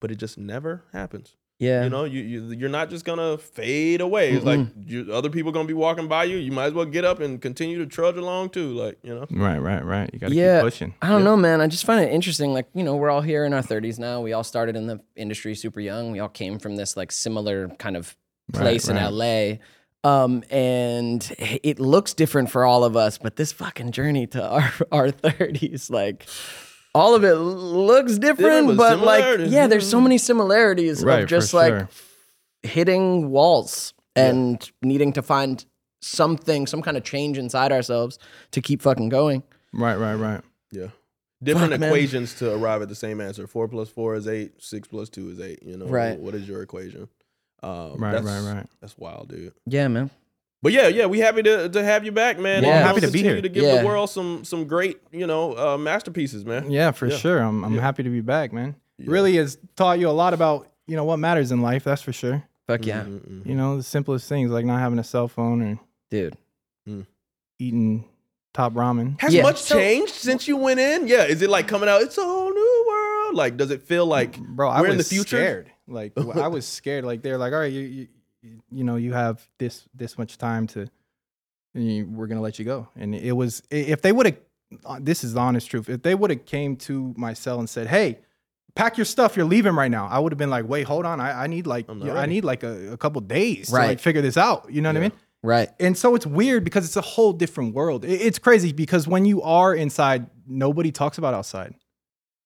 [SPEAKER 1] but it just never happens.
[SPEAKER 4] Yeah,
[SPEAKER 1] You know, you, you you're not just gonna fade away. It's like you, other people gonna be walking by you. You might as well get up and continue to trudge along too. Like you know,
[SPEAKER 2] right right right you gotta
[SPEAKER 4] Yeah.
[SPEAKER 2] keep pushing
[SPEAKER 4] I don't know, man. I just find it interesting. Like, you know, we're all here in our 30s now. We all started in the industry super young. We all came from this like similar kind of
[SPEAKER 2] Right,
[SPEAKER 4] place
[SPEAKER 2] right.
[SPEAKER 4] in LA. Um, and it looks different for all of us, but this fucking journey to our, (laughs) our 30s, like all of it looks different,
[SPEAKER 1] with
[SPEAKER 4] but like,
[SPEAKER 1] similarities.
[SPEAKER 4] yeah, there's so many similarities
[SPEAKER 2] Right,
[SPEAKER 4] of
[SPEAKER 2] for
[SPEAKER 4] just like
[SPEAKER 2] sure.
[SPEAKER 4] hitting walls and needing to find something, some kind of change inside ourselves to keep fucking going.
[SPEAKER 2] right right right
[SPEAKER 1] yeah, different
[SPEAKER 4] Fuck, man.
[SPEAKER 1] equations to arrive at the same answer. Four plus four is eight. Six plus two is eight. You know,
[SPEAKER 4] Right.
[SPEAKER 1] What is your equation? Um,
[SPEAKER 2] Right,
[SPEAKER 1] that's,
[SPEAKER 2] right, right.
[SPEAKER 1] That's wild, dude.
[SPEAKER 4] Yeah, man.
[SPEAKER 1] But yeah, yeah, we happy to, to have you back, man.
[SPEAKER 4] Yeah.
[SPEAKER 1] And
[SPEAKER 4] Happy
[SPEAKER 1] we'll
[SPEAKER 2] to be
[SPEAKER 1] continue
[SPEAKER 2] here.
[SPEAKER 1] To give
[SPEAKER 4] Yeah.
[SPEAKER 1] the world some some great, you know, uh, masterpieces, man.
[SPEAKER 2] Yeah, for
[SPEAKER 1] Yeah.
[SPEAKER 2] sure. I'm I'm
[SPEAKER 1] Yeah.
[SPEAKER 2] happy to be back, man.
[SPEAKER 1] Yeah.
[SPEAKER 2] Really has taught you a lot about, you know, what matters in life, that's for sure.
[SPEAKER 4] Fuck yeah.
[SPEAKER 2] Mm-hmm.
[SPEAKER 1] Mm-mm-mm.
[SPEAKER 2] You know, the simplest things like not having a cell phone or
[SPEAKER 4] Dude.
[SPEAKER 2] eating top ramen.
[SPEAKER 1] Has
[SPEAKER 4] Yeah.
[SPEAKER 1] much
[SPEAKER 4] So-
[SPEAKER 1] changed since you went in? Yeah, is it like coming out? It's a whole new world. Like, does it feel like
[SPEAKER 2] (laughs) Bro, I
[SPEAKER 1] we're
[SPEAKER 2] was
[SPEAKER 1] in the future?
[SPEAKER 2] scared.
[SPEAKER 1] (laughs)
[SPEAKER 2] Like w- I was scared. Like they're like, all right, you, you you know, you have this this much time to and you, we're gonna let you go. And it was i- if they would have this is the honest truth, if they would have came to my cell and said, Hey, pack your stuff, you're leaving right now, I would have been like, Wait, hold on, I, I need like
[SPEAKER 1] I'm not
[SPEAKER 2] you know, I
[SPEAKER 1] ready."
[SPEAKER 2] need like a, a couple days to
[SPEAKER 4] Right.
[SPEAKER 2] like figure this out. You know what I
[SPEAKER 1] Yeah.
[SPEAKER 2] mean?
[SPEAKER 4] Right.
[SPEAKER 2] and so it's weird because it's a whole different world. It- it's crazy because when you are inside, nobody talks about outside,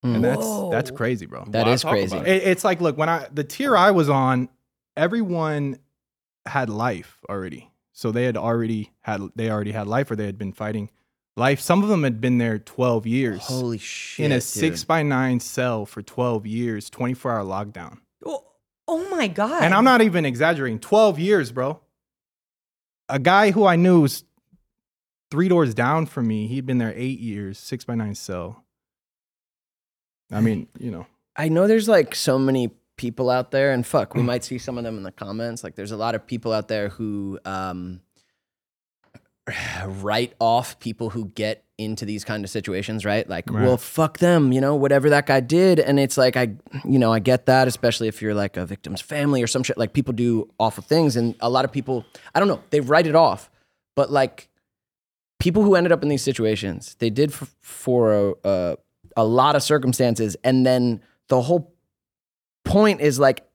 [SPEAKER 4] Mm.
[SPEAKER 2] and that's that's
[SPEAKER 3] Whoa.
[SPEAKER 2] crazy, bro.
[SPEAKER 4] That
[SPEAKER 1] Why
[SPEAKER 4] is
[SPEAKER 1] talk about
[SPEAKER 4] crazy.
[SPEAKER 1] it?
[SPEAKER 2] It- it's like, look, when I the tier I was on, everyone had life already. So they had already had they already had life or they had been fighting life. Some of them had been there 12 years
[SPEAKER 4] Holy shit.
[SPEAKER 2] in a
[SPEAKER 4] dude.
[SPEAKER 2] 6 by 9 cell for 12 years, 24-hour lockdown.
[SPEAKER 3] Oh, oh my god!
[SPEAKER 2] And I'm not even exaggerating. 12 years, bro. A guy who I knew was three doors down from me, he'd been there eight years, six by nine cell. I mean, you know.
[SPEAKER 4] I know there's like so many people out there, and fuck, we might see some of them in the comments. Like, there's a lot of people out there who um, (sighs) write off people who get into these kind of situations, right? Like,
[SPEAKER 2] Right.
[SPEAKER 4] well, fuck them, you know, whatever that guy did. And it's like, I, you know, I get that, especially if you're like a victim's family or some shit. Like, people do awful things, and a lot of people, I don't know, they write it off, but like, people who ended up in these situations, they did for, for a, uh, a lot of circumstances. And then the whole point is like,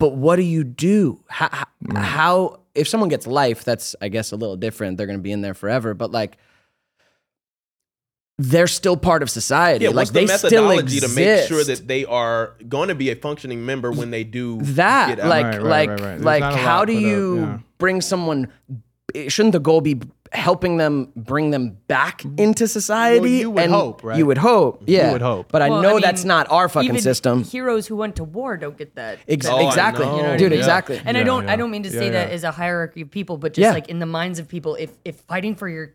[SPEAKER 4] but what do you do? How, how,
[SPEAKER 1] Mm.
[SPEAKER 4] how if someone gets life, that's, I guess, a little different. They're going to be in there forever. But like, they're still part of society.
[SPEAKER 1] Yeah,
[SPEAKER 4] like,
[SPEAKER 1] what's
[SPEAKER 4] they
[SPEAKER 1] the methodology
[SPEAKER 4] still
[SPEAKER 1] to make sure
[SPEAKER 4] exist.
[SPEAKER 1] that they are going to be a functioning member when they do
[SPEAKER 4] that
[SPEAKER 1] get out?
[SPEAKER 4] like
[SPEAKER 2] Right, right, right,
[SPEAKER 4] like
[SPEAKER 2] right. There's
[SPEAKER 4] like
[SPEAKER 2] not a
[SPEAKER 4] how
[SPEAKER 2] lot
[SPEAKER 4] do
[SPEAKER 2] put up,
[SPEAKER 4] you
[SPEAKER 2] yeah.
[SPEAKER 4] bring someone it- shouldn't the goal be helping them bring them back into society
[SPEAKER 2] you would hope, right?
[SPEAKER 4] you would hope yeah
[SPEAKER 2] would hope.
[SPEAKER 4] but i
[SPEAKER 3] Well,
[SPEAKER 4] know
[SPEAKER 3] mean,
[SPEAKER 4] that's not our fucking
[SPEAKER 3] even
[SPEAKER 4] system
[SPEAKER 3] Heroes who went to war don't get that.
[SPEAKER 4] Ex-
[SPEAKER 3] that-
[SPEAKER 1] Oh, I
[SPEAKER 4] exactly
[SPEAKER 1] know. You know what I
[SPEAKER 4] dude
[SPEAKER 1] mean?
[SPEAKER 4] exactly
[SPEAKER 3] And I
[SPEAKER 2] Yeah,
[SPEAKER 3] don't I
[SPEAKER 2] yeah.
[SPEAKER 3] don't mean to
[SPEAKER 2] Yeah,
[SPEAKER 3] say that
[SPEAKER 2] yeah.
[SPEAKER 3] as a hierarchy of people, but just
[SPEAKER 4] Yeah.
[SPEAKER 3] like in the minds of people, if if fighting for your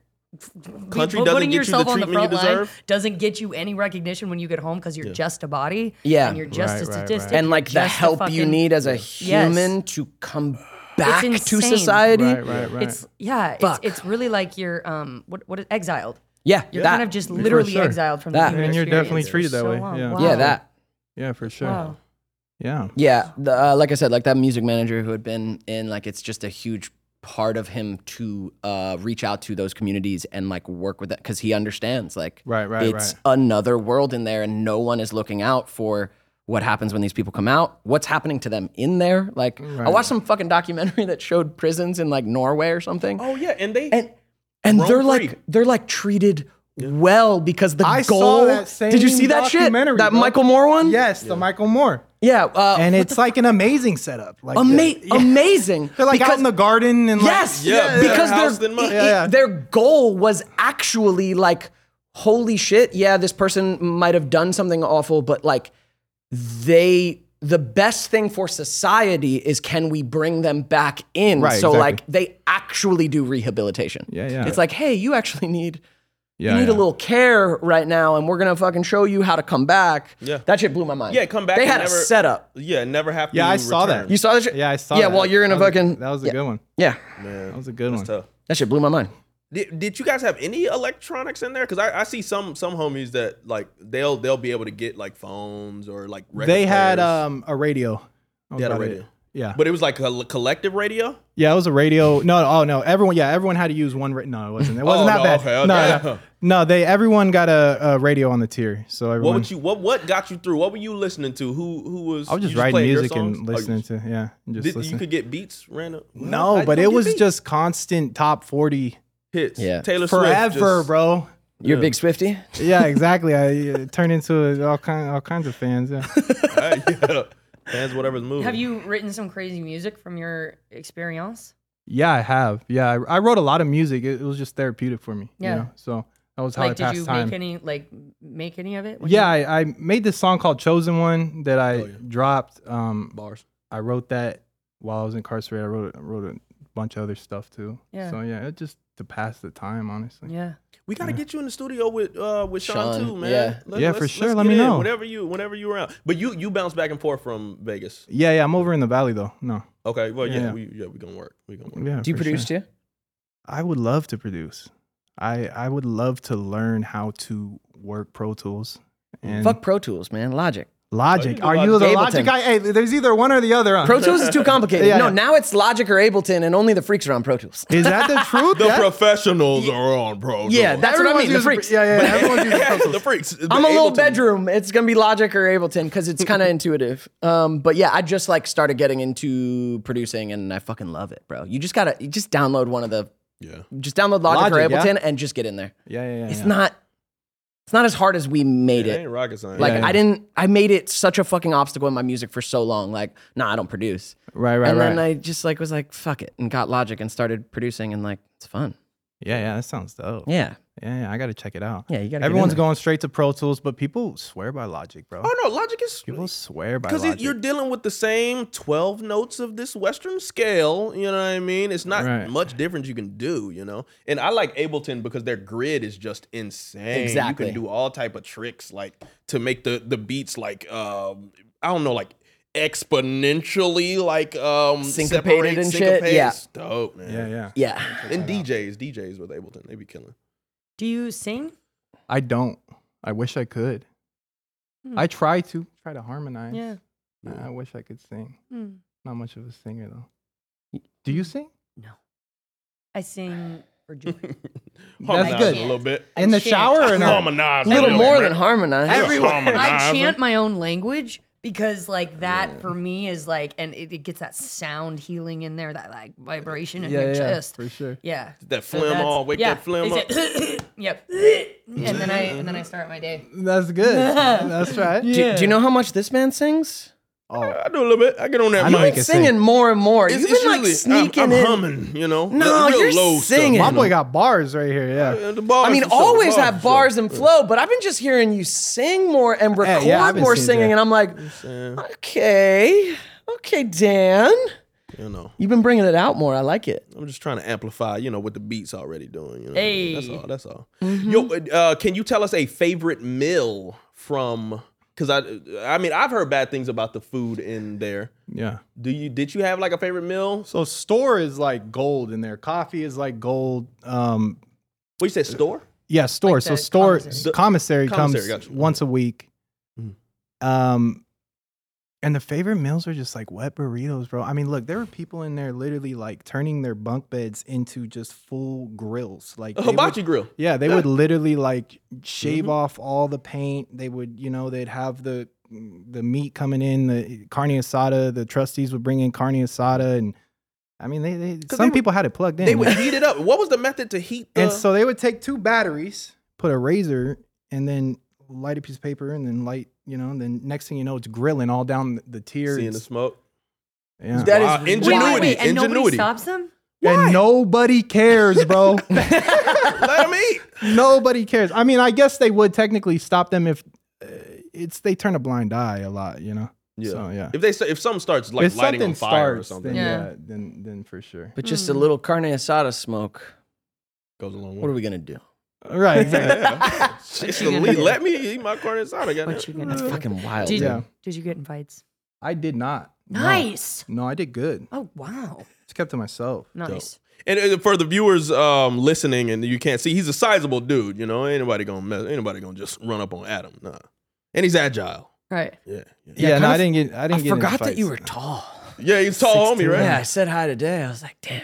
[SPEAKER 1] Country doesn't
[SPEAKER 3] put- putting
[SPEAKER 1] get you the
[SPEAKER 3] yourself on the
[SPEAKER 1] treatment
[SPEAKER 3] front
[SPEAKER 1] you
[SPEAKER 3] line
[SPEAKER 1] deserve?
[SPEAKER 3] doesn't get you any recognition when you get home because you're just a body.
[SPEAKER 4] Yeah.
[SPEAKER 3] and you're just
[SPEAKER 2] Right,
[SPEAKER 3] a
[SPEAKER 2] right, right.
[SPEAKER 3] statistic.
[SPEAKER 4] and
[SPEAKER 3] you're
[SPEAKER 4] like the
[SPEAKER 3] just a
[SPEAKER 4] help you
[SPEAKER 3] fucking-
[SPEAKER 4] need as a human to come back to
[SPEAKER 3] insane.
[SPEAKER 4] society
[SPEAKER 2] Right, right, right.
[SPEAKER 3] It's yeah, it's,
[SPEAKER 4] Fuck.
[SPEAKER 3] it's really like you're um what what is exiled.
[SPEAKER 4] yeah
[SPEAKER 3] You're
[SPEAKER 4] that
[SPEAKER 3] kind of just literally
[SPEAKER 2] sure.
[SPEAKER 3] exiled from
[SPEAKER 4] That.
[SPEAKER 3] the human
[SPEAKER 2] And you're definitely
[SPEAKER 3] experience for
[SPEAKER 2] treated that
[SPEAKER 3] so
[SPEAKER 2] way,
[SPEAKER 3] long.
[SPEAKER 2] yeah.
[SPEAKER 3] Wow.
[SPEAKER 4] yeah that
[SPEAKER 2] yeah, for sure.
[SPEAKER 3] Wow.
[SPEAKER 2] Yeah.
[SPEAKER 4] Yeah, the, uh, like I said, like that music manager who had been in, like it's just a huge part of him to uh, reach out to those communities and like work with that because he understands like
[SPEAKER 2] Right, right,
[SPEAKER 4] it's
[SPEAKER 2] right.
[SPEAKER 4] another world in there and no one is looking out for what happens when these people come out what's happening to them in there like i watched some fucking documentary (laughs) that showed prisons in like norway or something
[SPEAKER 1] oh yeah, and they
[SPEAKER 4] and and
[SPEAKER 1] Roam
[SPEAKER 4] they're
[SPEAKER 1] free.
[SPEAKER 4] like they're like treated well because the
[SPEAKER 2] I
[SPEAKER 4] goal
[SPEAKER 2] saw that same
[SPEAKER 4] did you see that shit
[SPEAKER 2] documentary,
[SPEAKER 4] that
[SPEAKER 2] bro.
[SPEAKER 4] michael moore one
[SPEAKER 2] Yes, the Michael Moore.
[SPEAKER 4] yeah uh,
[SPEAKER 2] And it's like an amazing setup. Like
[SPEAKER 4] ama-
[SPEAKER 2] the- yeah.
[SPEAKER 4] amazing
[SPEAKER 2] They're like out in the garden and like
[SPEAKER 4] Yes.
[SPEAKER 1] Yeah, better
[SPEAKER 4] because
[SPEAKER 1] house
[SPEAKER 4] their
[SPEAKER 1] than mine.
[SPEAKER 4] i- i-
[SPEAKER 2] Yeah, yeah.
[SPEAKER 4] their goal was actually like, holy shit, yeah, this person might have done something awful, but like, they the best thing for society is can we bring them back in?
[SPEAKER 2] Right,
[SPEAKER 4] so
[SPEAKER 2] exactly.
[SPEAKER 4] like they actually do rehabilitation.
[SPEAKER 2] Yeah, yeah.
[SPEAKER 4] It's like, hey, you actually need.
[SPEAKER 2] yeah,
[SPEAKER 4] you need
[SPEAKER 2] yeah.
[SPEAKER 4] a little care right now, and we're gonna fucking show you how to come back.
[SPEAKER 1] Yeah.
[SPEAKER 4] that shit blew my mind.
[SPEAKER 1] Yeah, come back
[SPEAKER 4] They
[SPEAKER 1] and
[SPEAKER 4] had
[SPEAKER 1] never-
[SPEAKER 4] a setup.
[SPEAKER 1] yeah never have to.
[SPEAKER 2] Yeah, I saw that.
[SPEAKER 1] return.
[SPEAKER 4] You saw that shit?
[SPEAKER 2] Yeah, I saw
[SPEAKER 4] Yeah,
[SPEAKER 2] that.
[SPEAKER 4] while you're in a
[SPEAKER 2] That was
[SPEAKER 4] fucking
[SPEAKER 2] That was a
[SPEAKER 4] yeah.
[SPEAKER 2] good one.
[SPEAKER 4] yeah,
[SPEAKER 1] Man,
[SPEAKER 2] That was a good
[SPEAKER 1] that's
[SPEAKER 2] one.
[SPEAKER 1] tough.
[SPEAKER 4] that shit blew my mind.
[SPEAKER 1] Did, did you guys have any electronics in there? Because I, I see some some homies that like they'll they'll be able to get like phones or like record
[SPEAKER 2] They had
[SPEAKER 1] players.
[SPEAKER 2] um a radio. That was
[SPEAKER 1] They had a
[SPEAKER 2] about it.
[SPEAKER 1] radio.
[SPEAKER 2] Yeah.
[SPEAKER 1] but it was like a l- collective radio.
[SPEAKER 2] Yeah, it was a radio. No, oh no, everyone. Yeah, everyone had to use one. Ra- no, it wasn't. It wasn't
[SPEAKER 1] Oh, no,
[SPEAKER 2] that bad.
[SPEAKER 1] okay, okay.
[SPEAKER 2] No, no, no, they everyone got a, a radio on the tier. So everyone.
[SPEAKER 1] What would you what what got you through? What were you listening to? Who who was?
[SPEAKER 2] I was just,
[SPEAKER 1] you
[SPEAKER 2] writing
[SPEAKER 1] played your
[SPEAKER 2] music and
[SPEAKER 1] songs? Oh, you
[SPEAKER 2] listening
[SPEAKER 1] just-
[SPEAKER 2] to yeah, and just
[SPEAKER 1] Did, you
[SPEAKER 2] listening.
[SPEAKER 1] could get beats random.
[SPEAKER 2] no, but it was just constant top forty
[SPEAKER 1] hits.
[SPEAKER 4] Yeah.
[SPEAKER 1] Taylor Swift
[SPEAKER 2] forever,
[SPEAKER 1] just-
[SPEAKER 2] bro.
[SPEAKER 4] You're a big Swifty.
[SPEAKER 2] Yeah, exactly. I uh, turned into all kind all kinds of fans. Yeah.
[SPEAKER 1] (laughs) Hey, yeah. Fans, whatever's moving.
[SPEAKER 3] Have you written some crazy music from your experience?
[SPEAKER 2] (laughs) Yeah, I have. Yeah, I, I wrote a lot of music. It, it was just therapeutic for me.
[SPEAKER 3] Yeah.
[SPEAKER 2] You know? So that was how
[SPEAKER 3] Like,
[SPEAKER 2] I
[SPEAKER 3] did
[SPEAKER 2] passed
[SPEAKER 3] you
[SPEAKER 2] time.
[SPEAKER 3] make any like make any of it? when
[SPEAKER 2] yeah,
[SPEAKER 3] you-
[SPEAKER 2] I, I made this song called "Chosen One" that I
[SPEAKER 1] Oh, yeah.
[SPEAKER 2] dropped. Um,
[SPEAKER 1] bars?
[SPEAKER 2] I wrote that while I was incarcerated. I wrote I wrote a bunch of other stuff too.
[SPEAKER 3] Yeah.
[SPEAKER 2] So yeah, it just to pass the time, honestly.
[SPEAKER 3] yeah.
[SPEAKER 1] We gotta get you in the studio with uh with Sean,
[SPEAKER 4] Sean,
[SPEAKER 1] too, man.
[SPEAKER 4] yeah.
[SPEAKER 2] Yeah, for sure. Let
[SPEAKER 1] get
[SPEAKER 2] me
[SPEAKER 1] in
[SPEAKER 2] know.
[SPEAKER 1] whenever you whenever you're around. But you you bounce back and forth from Vegas.
[SPEAKER 2] Yeah, yeah. I'm over in the valley though. No.
[SPEAKER 1] Okay, well yeah,
[SPEAKER 2] Yeah.
[SPEAKER 1] we yeah we gonna work. We gonna work.
[SPEAKER 2] Yeah.
[SPEAKER 4] Do you
[SPEAKER 2] for
[SPEAKER 4] produce
[SPEAKER 2] sure.
[SPEAKER 4] too?
[SPEAKER 2] I would love to produce. I I would love to learn how to work Pro Tools and
[SPEAKER 4] Fuck Pro Tools, man. Logic.
[SPEAKER 2] Logic.
[SPEAKER 1] Oh, you
[SPEAKER 2] Are
[SPEAKER 1] do
[SPEAKER 2] you the
[SPEAKER 4] Ableton.
[SPEAKER 2] Logic guy? Hey, there's either one or the other. Huh? (laughs)
[SPEAKER 4] Pro Tools is too complicated.
[SPEAKER 2] Yeah,
[SPEAKER 4] no,
[SPEAKER 2] yeah.
[SPEAKER 4] now it's Logic or Ableton, and only the freaks are on Pro Tools.
[SPEAKER 2] Is that the truth?
[SPEAKER 1] The
[SPEAKER 2] Yeah.
[SPEAKER 1] professionals are on, bro. Come
[SPEAKER 4] Yeah,
[SPEAKER 1] on.
[SPEAKER 4] that's what I mean. The
[SPEAKER 2] using-
[SPEAKER 4] freaks.
[SPEAKER 2] Yeah, yeah.
[SPEAKER 1] (laughs)
[SPEAKER 2] yeah, Everyone's using Pro Tools.
[SPEAKER 1] the freaks. The
[SPEAKER 4] I'm a little
[SPEAKER 1] Ableton.
[SPEAKER 4] bedroom. It's gonna be Logic or Ableton because
[SPEAKER 2] (laughs)
[SPEAKER 4] it's kind of intuitive. Um, but yeah, I just like started getting into producing, and I fucking love it, bro. You just gotta you just download one of the
[SPEAKER 1] Yeah.
[SPEAKER 4] just download Logic, or
[SPEAKER 2] Logic, yeah.
[SPEAKER 4] Ableton and just get in there.
[SPEAKER 2] Yeah, yeah, yeah.
[SPEAKER 4] It's
[SPEAKER 2] yeah.
[SPEAKER 4] not
[SPEAKER 6] It's not as hard as we made
[SPEAKER 1] It
[SPEAKER 6] it.
[SPEAKER 1] ain't rocket science.
[SPEAKER 6] Like
[SPEAKER 2] Yeah,
[SPEAKER 6] I didn't. I made it such a fucking obstacle in my music for so long. Like, nah, I don't produce.
[SPEAKER 2] Right, right,
[SPEAKER 6] and
[SPEAKER 2] right.
[SPEAKER 6] then I just like was like, fuck it, and got Logic and started producing, and like, it's fun.
[SPEAKER 2] yeah, yeah, that sounds dope. Yeah,
[SPEAKER 6] Yeah,
[SPEAKER 2] yeah, I gotta check it out.
[SPEAKER 6] yeah. You got
[SPEAKER 2] Everyone's going straight to Pro Tools, but people swear by Logic, bro.
[SPEAKER 1] oh no, logic is
[SPEAKER 2] People swear by
[SPEAKER 1] because
[SPEAKER 2] Logic.
[SPEAKER 1] you're dealing with the same twelve notes of this Western scale. You know what I mean? It's not
[SPEAKER 2] Right.
[SPEAKER 1] much difference you can do. You know, and I like Ableton because their grid is just insane.
[SPEAKER 6] Exactly.
[SPEAKER 1] you can do all type of tricks like to make the the beats like um I don't know like exponentially like um
[SPEAKER 6] Syncopated
[SPEAKER 1] separate,
[SPEAKER 6] and shit,
[SPEAKER 1] syncopated.
[SPEAKER 6] yeah.
[SPEAKER 1] It's dope man.
[SPEAKER 2] yeah, yeah.
[SPEAKER 6] Yeah.
[SPEAKER 1] And DJs, DJs with Ableton, they be killing.
[SPEAKER 3] Do you sing?
[SPEAKER 2] I don't. I wish I could.
[SPEAKER 3] Hmm.
[SPEAKER 2] I try to try to harmonize.
[SPEAKER 3] Yeah.
[SPEAKER 2] Nah, I wish I could sing.
[SPEAKER 3] Hmm.
[SPEAKER 2] Not much of a singer though. Do you sing?
[SPEAKER 3] I sing for
[SPEAKER 2] (laughs)
[SPEAKER 3] joy.
[SPEAKER 1] Harmonize
[SPEAKER 2] good.
[SPEAKER 1] a little bit.
[SPEAKER 3] I
[SPEAKER 2] In the
[SPEAKER 3] chant.
[SPEAKER 2] shower or not?
[SPEAKER 1] Harmonize
[SPEAKER 6] A little
[SPEAKER 1] bit.
[SPEAKER 6] more than harmonized.
[SPEAKER 3] I chant my own language because like that for me is like and it, it gets that sound healing in there, that like vibration in your chest.
[SPEAKER 2] for sure.
[SPEAKER 3] Yeah.
[SPEAKER 1] that
[SPEAKER 3] So
[SPEAKER 1] phlegm
[SPEAKER 3] that's-
[SPEAKER 1] all wake
[SPEAKER 3] yeah,
[SPEAKER 1] that phlegm up.
[SPEAKER 3] it's a- (laughs) yep.
[SPEAKER 2] (laughs)
[SPEAKER 3] and then I and then I start my day.
[SPEAKER 2] That's
[SPEAKER 3] (laughs)
[SPEAKER 2] good. That's right.
[SPEAKER 6] Do, do you know how much this man sings?
[SPEAKER 2] Oh,
[SPEAKER 1] I do a little bit. I get on that.
[SPEAKER 2] I know
[SPEAKER 1] mic.
[SPEAKER 2] he can
[SPEAKER 6] Singing
[SPEAKER 2] sing.
[SPEAKER 6] more and more.
[SPEAKER 1] It's-
[SPEAKER 6] You've
[SPEAKER 1] it's
[SPEAKER 6] been like
[SPEAKER 1] usually- I'm-
[SPEAKER 6] sneaking
[SPEAKER 1] I'm,
[SPEAKER 6] in.
[SPEAKER 1] humming, you know.
[SPEAKER 6] No,
[SPEAKER 1] the real
[SPEAKER 6] you're
[SPEAKER 1] low stuff,
[SPEAKER 6] singing.
[SPEAKER 1] you
[SPEAKER 2] my
[SPEAKER 1] know.
[SPEAKER 2] boy got bars right here. Yeah.
[SPEAKER 1] Yeah, the bars
[SPEAKER 6] I mean,
[SPEAKER 1] and stuff,
[SPEAKER 6] always
[SPEAKER 1] bars
[SPEAKER 6] have
[SPEAKER 1] and
[SPEAKER 6] bars
[SPEAKER 1] stuff.
[SPEAKER 6] and flow, but I've been just hearing you sing more and record
[SPEAKER 2] yeah, I've been
[SPEAKER 6] more
[SPEAKER 2] seeing
[SPEAKER 6] singing,
[SPEAKER 2] that.
[SPEAKER 6] and I'm like,
[SPEAKER 1] Yeah,
[SPEAKER 6] okay, okay, Dan,
[SPEAKER 1] you know,
[SPEAKER 6] you've been bringing it out more. I like
[SPEAKER 1] (laughs)
[SPEAKER 6] it.
[SPEAKER 1] I'm just trying to amplify, you know, what the beat's already doing. You know,
[SPEAKER 3] Hey.
[SPEAKER 1] that's all. That's all.
[SPEAKER 6] Mm-hmm.
[SPEAKER 1] Yo, uh, can you tell us a favorite meal from? Because I, I mean, I've heard bad things about the food in there.
[SPEAKER 2] Yeah.
[SPEAKER 1] Do you? Did you have like a favorite meal?
[SPEAKER 2] So store is like gold in there. Coffee is like gold. Um,
[SPEAKER 1] What you said? Store?
[SPEAKER 2] yeah, store.
[SPEAKER 3] Like
[SPEAKER 2] so
[SPEAKER 3] the
[SPEAKER 2] store commissary,
[SPEAKER 3] commissary.
[SPEAKER 2] commissary comes
[SPEAKER 1] Commissary, gotcha.
[SPEAKER 2] once a week.
[SPEAKER 1] Mm.
[SPEAKER 2] Um, and the favorite meals are just like wet burritos, bro. I mean, look, there were people in there literally like turning their bunk beds into just full grills, like
[SPEAKER 1] A
[SPEAKER 2] they would-
[SPEAKER 1] hibachi grill.
[SPEAKER 2] Yeah, they
[SPEAKER 1] Oh, Yeah.
[SPEAKER 2] would literally like shave
[SPEAKER 1] Mhm.
[SPEAKER 2] off all the paint. They would, you know, they'd have the the meat coming in, the carne asada. The trustees would bring in carne asada, and I mean, they, they some
[SPEAKER 1] they would-
[SPEAKER 2] people had it plugged in.
[SPEAKER 1] They would heat it up. What was the method to heat? The,
[SPEAKER 2] and so they would take two batteries, put a razor, and then light a piece of paper, and then light, you know, and then next thing you know, it's grilling all down the, the tiers.
[SPEAKER 1] seeing the smoke.
[SPEAKER 2] yeah.
[SPEAKER 1] That is
[SPEAKER 6] Wow,
[SPEAKER 1] ingenuity.
[SPEAKER 3] Wait, wait, and nobody
[SPEAKER 1] ingenuity.
[SPEAKER 3] stops them?
[SPEAKER 2] and nobody cares, bro. (laughs)
[SPEAKER 1] Let him eat.
[SPEAKER 2] nobody cares. I mean, I guess they would technically stop them if uh, it's they turn a blind eye a lot, you know.
[SPEAKER 1] Yeah.
[SPEAKER 2] So yeah.
[SPEAKER 1] If they start- if something starts like
[SPEAKER 2] if
[SPEAKER 1] lighting
[SPEAKER 2] something
[SPEAKER 1] on fire
[SPEAKER 2] starts,
[SPEAKER 1] or something,
[SPEAKER 2] then
[SPEAKER 3] Yeah.
[SPEAKER 2] yeah. then then for sure.
[SPEAKER 4] But just a little carne asada smoke.
[SPEAKER 1] goes a long
[SPEAKER 4] What are
[SPEAKER 1] way.
[SPEAKER 4] we gonna do?
[SPEAKER 2] Right. exactly.
[SPEAKER 1] (laughs) Yeah. Shit's the lead. Let me eat my corn inside. I got
[SPEAKER 3] What you gonna
[SPEAKER 4] That's
[SPEAKER 3] do?
[SPEAKER 4] fucking wild.
[SPEAKER 3] Did,
[SPEAKER 4] dude.
[SPEAKER 2] Yeah.
[SPEAKER 3] did you get invites?
[SPEAKER 2] I did not. No.
[SPEAKER 3] Nice.
[SPEAKER 2] No, I did good.
[SPEAKER 3] Oh wow.
[SPEAKER 2] Just kept to myself.
[SPEAKER 3] Nice.
[SPEAKER 1] And uh, for the viewers um, listening, and you can't see, he's a sizable dude. You know, anybody gonna mess, anybody gonna just run up on Adam? Nah. And he's agile.
[SPEAKER 3] Right.
[SPEAKER 1] Yeah. Yeah.
[SPEAKER 2] Yeah, no,
[SPEAKER 4] kind
[SPEAKER 2] I
[SPEAKER 4] of-
[SPEAKER 2] didn't get I didn't
[SPEAKER 4] I
[SPEAKER 2] get into
[SPEAKER 4] forgot that you were
[SPEAKER 2] fights.
[SPEAKER 4] tall.
[SPEAKER 1] Yeah, he's a tall Oh, homie, right?
[SPEAKER 4] Yeah, I said hi today. I was like, damn.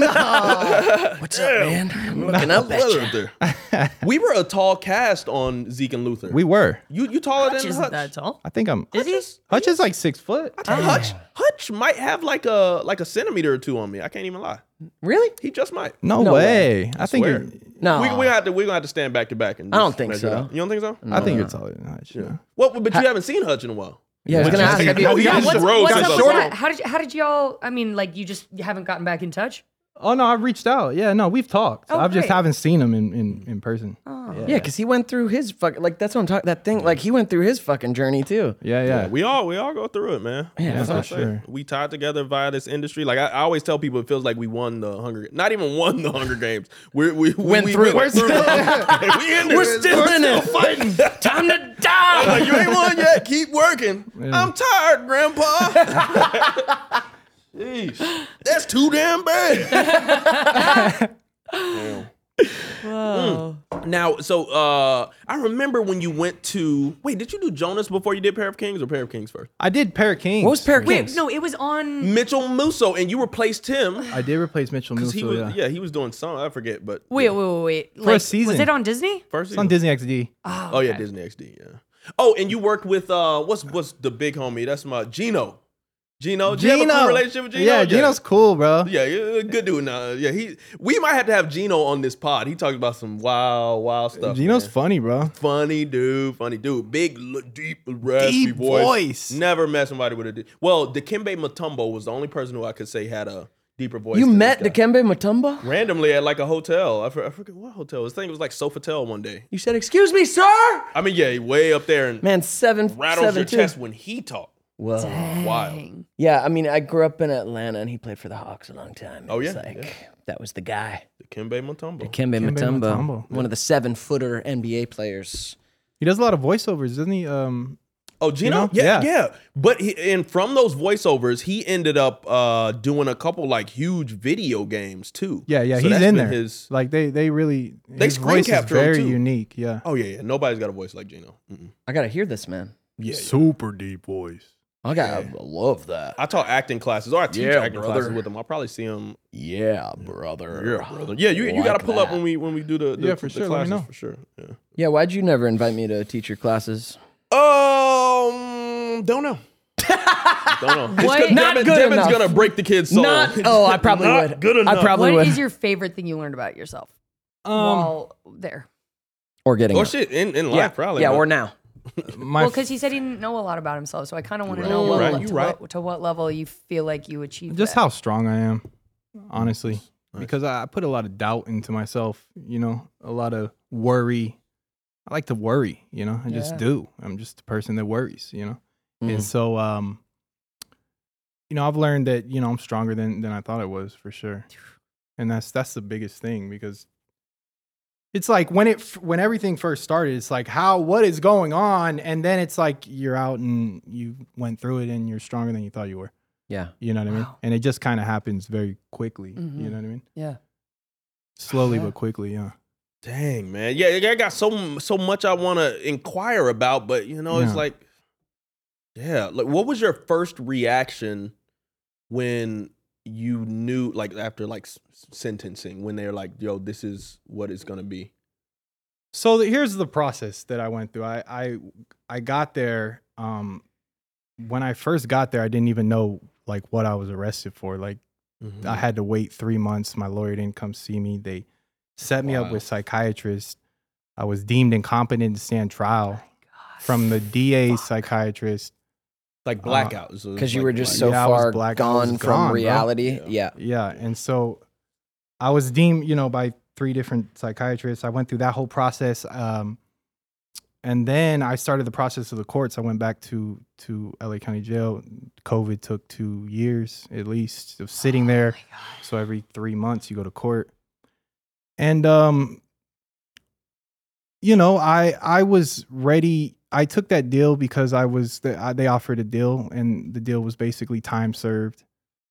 [SPEAKER 4] (laughs) What's
[SPEAKER 1] Damn.
[SPEAKER 4] up, man? I'm looking up at
[SPEAKER 1] Brother
[SPEAKER 4] you.
[SPEAKER 1] up
[SPEAKER 2] (laughs)
[SPEAKER 1] there. we were a tall cast on Zeke and Luther.
[SPEAKER 2] We were.
[SPEAKER 1] you you taller
[SPEAKER 3] Hutch
[SPEAKER 1] than
[SPEAKER 3] isn't
[SPEAKER 1] Hutch?
[SPEAKER 3] that tall.
[SPEAKER 2] I think I'm
[SPEAKER 3] Is he?
[SPEAKER 2] Hutch is like six foot.
[SPEAKER 1] I think Hutch Hutch might have like a like a centimeter or two on me. I can't even lie.
[SPEAKER 4] Really?
[SPEAKER 1] He just might.
[SPEAKER 2] No,
[SPEAKER 4] No
[SPEAKER 2] way. I think
[SPEAKER 1] swear.
[SPEAKER 2] you're
[SPEAKER 4] No.
[SPEAKER 1] We we have to we're gonna have to stand back to back and.
[SPEAKER 4] I
[SPEAKER 1] just
[SPEAKER 4] don't think
[SPEAKER 1] measure it
[SPEAKER 4] so. Mm.
[SPEAKER 1] out. You don't think so?
[SPEAKER 2] I think you're taller than Hutch. Yeah.
[SPEAKER 1] Well, but you haven't seen Hutch in a while.
[SPEAKER 4] yeah, I was gonna ask.
[SPEAKER 1] Yeah.
[SPEAKER 4] Have you,
[SPEAKER 1] Oh, yeah,
[SPEAKER 4] have you-
[SPEAKER 1] what's- Rose
[SPEAKER 3] what's
[SPEAKER 1] is
[SPEAKER 3] up
[SPEAKER 1] a
[SPEAKER 3] with
[SPEAKER 1] short-
[SPEAKER 3] that? How did you, how did y'all? I mean, like you just you haven't gotten back in touch.
[SPEAKER 2] Oh no, I've reached out. Yeah, no, we've talked.
[SPEAKER 3] Oh,
[SPEAKER 2] I've just
[SPEAKER 3] great.
[SPEAKER 2] haven't seen him in in, in person.
[SPEAKER 3] Oh.
[SPEAKER 4] yeah, because he went through his fuck. Like that's what I'm talking. That thing. Like he went through his fucking journey too.
[SPEAKER 2] Yeah, yeah.
[SPEAKER 1] We all we all go through it, man.
[SPEAKER 4] Yeah,
[SPEAKER 1] That's
[SPEAKER 4] for
[SPEAKER 1] what I'm saying.
[SPEAKER 2] sure.
[SPEAKER 1] We tied together via this industry. Like I, I always tell people, it feels like we won the Hunger. Not even won the Hunger Games. We're, we we
[SPEAKER 4] Went
[SPEAKER 1] we,
[SPEAKER 4] through
[SPEAKER 1] We're,
[SPEAKER 4] it.
[SPEAKER 1] through
[SPEAKER 4] (laughs)
[SPEAKER 1] it. we in
[SPEAKER 4] We're
[SPEAKER 1] it.
[SPEAKER 4] still in it. (laughs) Fighting. Time to die.
[SPEAKER 1] Like, you ain't won yet. Keep working. I'm tired,
[SPEAKER 2] (laughs)
[SPEAKER 1] Grandpa. Jeez. That's too damn bad. Damn. Hmm. Now, so uh, I remember when you went to wait. Did you do Jonas before you did Pair of Kings or Pair of Kings first?
[SPEAKER 2] I did Parrot King.
[SPEAKER 4] What was Parrot
[SPEAKER 3] Wait,
[SPEAKER 4] Kings?
[SPEAKER 3] no, it was on.
[SPEAKER 1] Mitchell Musso, and you replaced him.
[SPEAKER 2] I did replace Mitchell Musso.
[SPEAKER 1] he was,
[SPEAKER 2] yeah.
[SPEAKER 1] yeah. he was doing some. I forget, but
[SPEAKER 3] Wait, wait, wait, wait. For
[SPEAKER 2] a season.
[SPEAKER 3] Was it on Disney?
[SPEAKER 1] first
[SPEAKER 2] It's on
[SPEAKER 1] season.
[SPEAKER 2] Disney XD.
[SPEAKER 1] Oh yeah, uh, Disney XD. Yeah. Oh, and you worked with uh, what's what's the big homie? That's my Gino. Gino, do you have a cool relationship with Gino?
[SPEAKER 2] Yeah, Gino's cool, bro.
[SPEAKER 1] Yeah, yeah, good dude. Nah, yeah, he. We might have to have Gino on this pod. He talks about some wild, wild stuff.
[SPEAKER 2] Uh, Gino's
[SPEAKER 1] man.
[SPEAKER 2] funny, bro.
[SPEAKER 1] funny dude, funny dude. Big, l- deep, raspy
[SPEAKER 2] Deep
[SPEAKER 1] voice.
[SPEAKER 2] voice.
[SPEAKER 1] Never met somebody with a. deep well, Dikembe Mutombo was the only person who I could say had a deeper voice.
[SPEAKER 6] You
[SPEAKER 1] than
[SPEAKER 6] met
[SPEAKER 1] this guy.
[SPEAKER 6] Dikembe Mutombo?
[SPEAKER 1] randomly at like a hotel. I, for, I forget what hotel. I think it was like Sofitel one day.
[SPEAKER 6] You said, "Excuse me, sir."
[SPEAKER 1] I mean, yeah, he way up there and
[SPEAKER 6] Man, seven
[SPEAKER 1] rattles
[SPEAKER 6] seven
[SPEAKER 1] your
[SPEAKER 6] two.
[SPEAKER 1] chest when he talked.
[SPEAKER 4] Well,
[SPEAKER 1] Wild.
[SPEAKER 4] yeah. I mean, I grew up in Atlanta, and he played for the Hawks a long time. It
[SPEAKER 1] Oh,
[SPEAKER 4] was
[SPEAKER 1] yeah,
[SPEAKER 4] like
[SPEAKER 1] yeah.
[SPEAKER 4] that was the guy.
[SPEAKER 1] Dikembe Mutombo.
[SPEAKER 4] Kembe,
[SPEAKER 2] Kembe
[SPEAKER 4] Mutombo,
[SPEAKER 2] Mutombo.
[SPEAKER 4] one of the seven-footer NBA players.
[SPEAKER 2] He does a lot of voiceovers, doesn't he? Um,
[SPEAKER 1] Oh, Gino?
[SPEAKER 2] Gino?
[SPEAKER 1] Yeah, yeah.
[SPEAKER 2] Yeah.
[SPEAKER 1] But he, and from those voiceovers, he ended up uh, doing a couple like huge video games too.
[SPEAKER 2] yeah, yeah,
[SPEAKER 1] So
[SPEAKER 2] he's
[SPEAKER 1] that's
[SPEAKER 2] in
[SPEAKER 1] been
[SPEAKER 2] there.
[SPEAKER 1] His,
[SPEAKER 2] like they, they really
[SPEAKER 1] They
[SPEAKER 2] his
[SPEAKER 1] screen
[SPEAKER 2] voice is
[SPEAKER 1] capture him,
[SPEAKER 2] very
[SPEAKER 1] too.
[SPEAKER 2] unique. Yeah,
[SPEAKER 1] oh yeah, yeah. Nobody's got a voice like Gino. Mm-mm.
[SPEAKER 4] I gotta hear this man.
[SPEAKER 1] Yeah, yeah.
[SPEAKER 2] super deep voice.
[SPEAKER 4] I gotta love that.
[SPEAKER 1] I taught acting classes or I teach
[SPEAKER 4] Yeah,
[SPEAKER 1] acting
[SPEAKER 4] brother.
[SPEAKER 1] classes with him. I'll probably see him.
[SPEAKER 4] Yeah, brother.
[SPEAKER 1] Yeah, brother. Yeah, you, you got to pull up when we when we do the, the
[SPEAKER 2] Yeah, for
[SPEAKER 1] the
[SPEAKER 2] sure. Let me
[SPEAKER 1] classes
[SPEAKER 2] know.
[SPEAKER 1] for sure. Yeah.
[SPEAKER 4] Yeah, why'd you never invite me to teach your classes?
[SPEAKER 1] Um, don't know. don't know. It's 'cause
[SPEAKER 3] What?
[SPEAKER 4] Not
[SPEAKER 1] Devin,
[SPEAKER 4] good
[SPEAKER 1] Devin's
[SPEAKER 4] enough.
[SPEAKER 1] gonna break the kid's soul.
[SPEAKER 4] Not. Oh, I probably
[SPEAKER 1] (laughs) Not
[SPEAKER 4] would.
[SPEAKER 1] Good enough.
[SPEAKER 4] I probably
[SPEAKER 3] What
[SPEAKER 4] would.
[SPEAKER 3] is your favorite thing you learned about yourself
[SPEAKER 1] Um,
[SPEAKER 2] Um,
[SPEAKER 3] while there?
[SPEAKER 4] or getting.
[SPEAKER 1] Or
[SPEAKER 4] it.
[SPEAKER 1] Oh, shit, in, in life,
[SPEAKER 4] yeah,
[SPEAKER 1] probably.
[SPEAKER 4] Yeah,
[SPEAKER 1] but-
[SPEAKER 4] or now.
[SPEAKER 2] My
[SPEAKER 3] Well, because he said he didn't know a lot about himself, so I kind of want to know
[SPEAKER 1] Right.
[SPEAKER 3] what,
[SPEAKER 1] Right.
[SPEAKER 3] le-
[SPEAKER 1] You
[SPEAKER 3] to,
[SPEAKER 1] right.
[SPEAKER 3] what, to what level you feel like you achieved.
[SPEAKER 2] just
[SPEAKER 3] that.
[SPEAKER 2] how strong I am, honestly,
[SPEAKER 1] Nice.
[SPEAKER 2] because I, I put a lot of doubt into myself. You know, a lot of worry. I like to worry. You know, I just
[SPEAKER 4] Yeah.
[SPEAKER 2] do. I'm just a person that worries. You know,
[SPEAKER 4] Mm.
[SPEAKER 2] and so um, you know, I've learned that you know I'm stronger than than I thought I was for sure, and that's that's the biggest thing because. It's like when it f- when everything first started, it's like how what is going on, and then it's like you're out and you went through it and you're stronger than you thought you were.
[SPEAKER 4] Yeah.
[SPEAKER 2] You know what I mean?
[SPEAKER 3] Wow.
[SPEAKER 2] And it just kind of happens very quickly.
[SPEAKER 3] Mhm.
[SPEAKER 2] You know what I mean?
[SPEAKER 3] Yeah. Uh-huh.
[SPEAKER 2] Slowly
[SPEAKER 4] Yeah.
[SPEAKER 2] but quickly, yeah.
[SPEAKER 1] Dang man, yeah, yeah, I got so so much I want to inquire about, but you know, it's
[SPEAKER 2] Yeah.
[SPEAKER 1] like, yeah, like what was your first reaction when you knew, like after like s- s- sentencing, when they're like, yo, this is what it's gonna be.
[SPEAKER 2] So the, here's the process that I went through. I I, I got there. Um, when I first got there, I didn't even know like what I was arrested for. Like I
[SPEAKER 3] Mm-hmm.
[SPEAKER 2] had to wait three months. My lawyer didn't come see me. They set me up
[SPEAKER 1] Wow.
[SPEAKER 2] with psychiatrists. I was deemed incompetent to stand trial from the DA psychiatrist.
[SPEAKER 1] like
[SPEAKER 2] uh,
[SPEAKER 1] blackout because
[SPEAKER 4] Because you were just so
[SPEAKER 2] Yeah, I was
[SPEAKER 4] far
[SPEAKER 2] black. I
[SPEAKER 4] gone
[SPEAKER 2] was
[SPEAKER 4] from
[SPEAKER 2] gone, bro.
[SPEAKER 4] reality.
[SPEAKER 1] Yeah.
[SPEAKER 4] Yeah.
[SPEAKER 2] Yeah. And so I was deemed, you know, by three different psychiatrists. I went through that whole process. Um, and then I started the process of the courts. I went back to to LA County Jail. COVID took two years at least of sitting
[SPEAKER 3] Oh
[SPEAKER 2] there. So every three months you go to court. And um, you know, I I was ready. I took that deal because I was they, I, they offered a deal, and the deal was basically time served.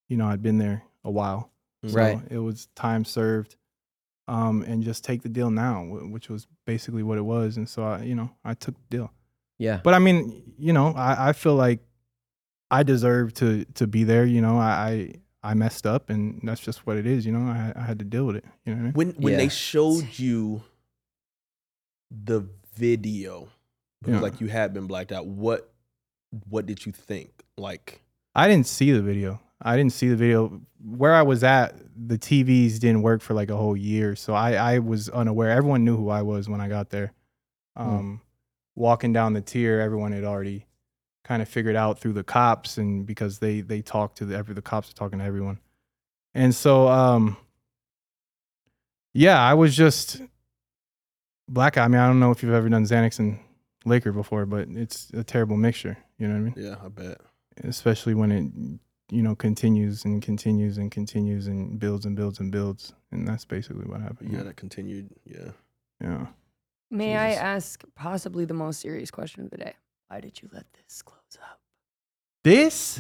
[SPEAKER 2] You know, I'd been there a while, so
[SPEAKER 4] Right.
[SPEAKER 2] It was time served, um, and just take the deal now, wh- which was basically what it was. And so I, you know, I took the deal.
[SPEAKER 4] Yeah.
[SPEAKER 2] But I mean, you know, I, I feel like I deserve to to be there. You know, I I, I messed up, and that's just what it is. You know, I, I had to deal with it. You know what I mean?
[SPEAKER 1] when when
[SPEAKER 4] Yeah.
[SPEAKER 1] they showed you the video it was
[SPEAKER 2] Yeah.
[SPEAKER 1] like you had been blacked out what what did you think like
[SPEAKER 2] I didn't see the video. I didn't see the video. Where I was at, the TVs didn't work for like a whole year, so I I was unaware. Everyone knew who I was when I got there. Um, Walking down the tier, everyone had already kind of figured out through the cops, and because they they talk to the every the cops are talking to everyone, and so um, yeah, I was just black. I mean, I don't know if you've ever done Xanax and liquor before, but it's a terrible mixture. You know what I mean?
[SPEAKER 1] yeah i bet
[SPEAKER 2] especially when it you know continues and continues and continues and builds and builds and builds and that's basically what happened
[SPEAKER 1] yeah that continued yeah (laughs)
[SPEAKER 2] yeah
[SPEAKER 3] May I
[SPEAKER 1] Jesus.
[SPEAKER 3] ask possibly the most serious question of the day? Why did you let this close up?
[SPEAKER 2] this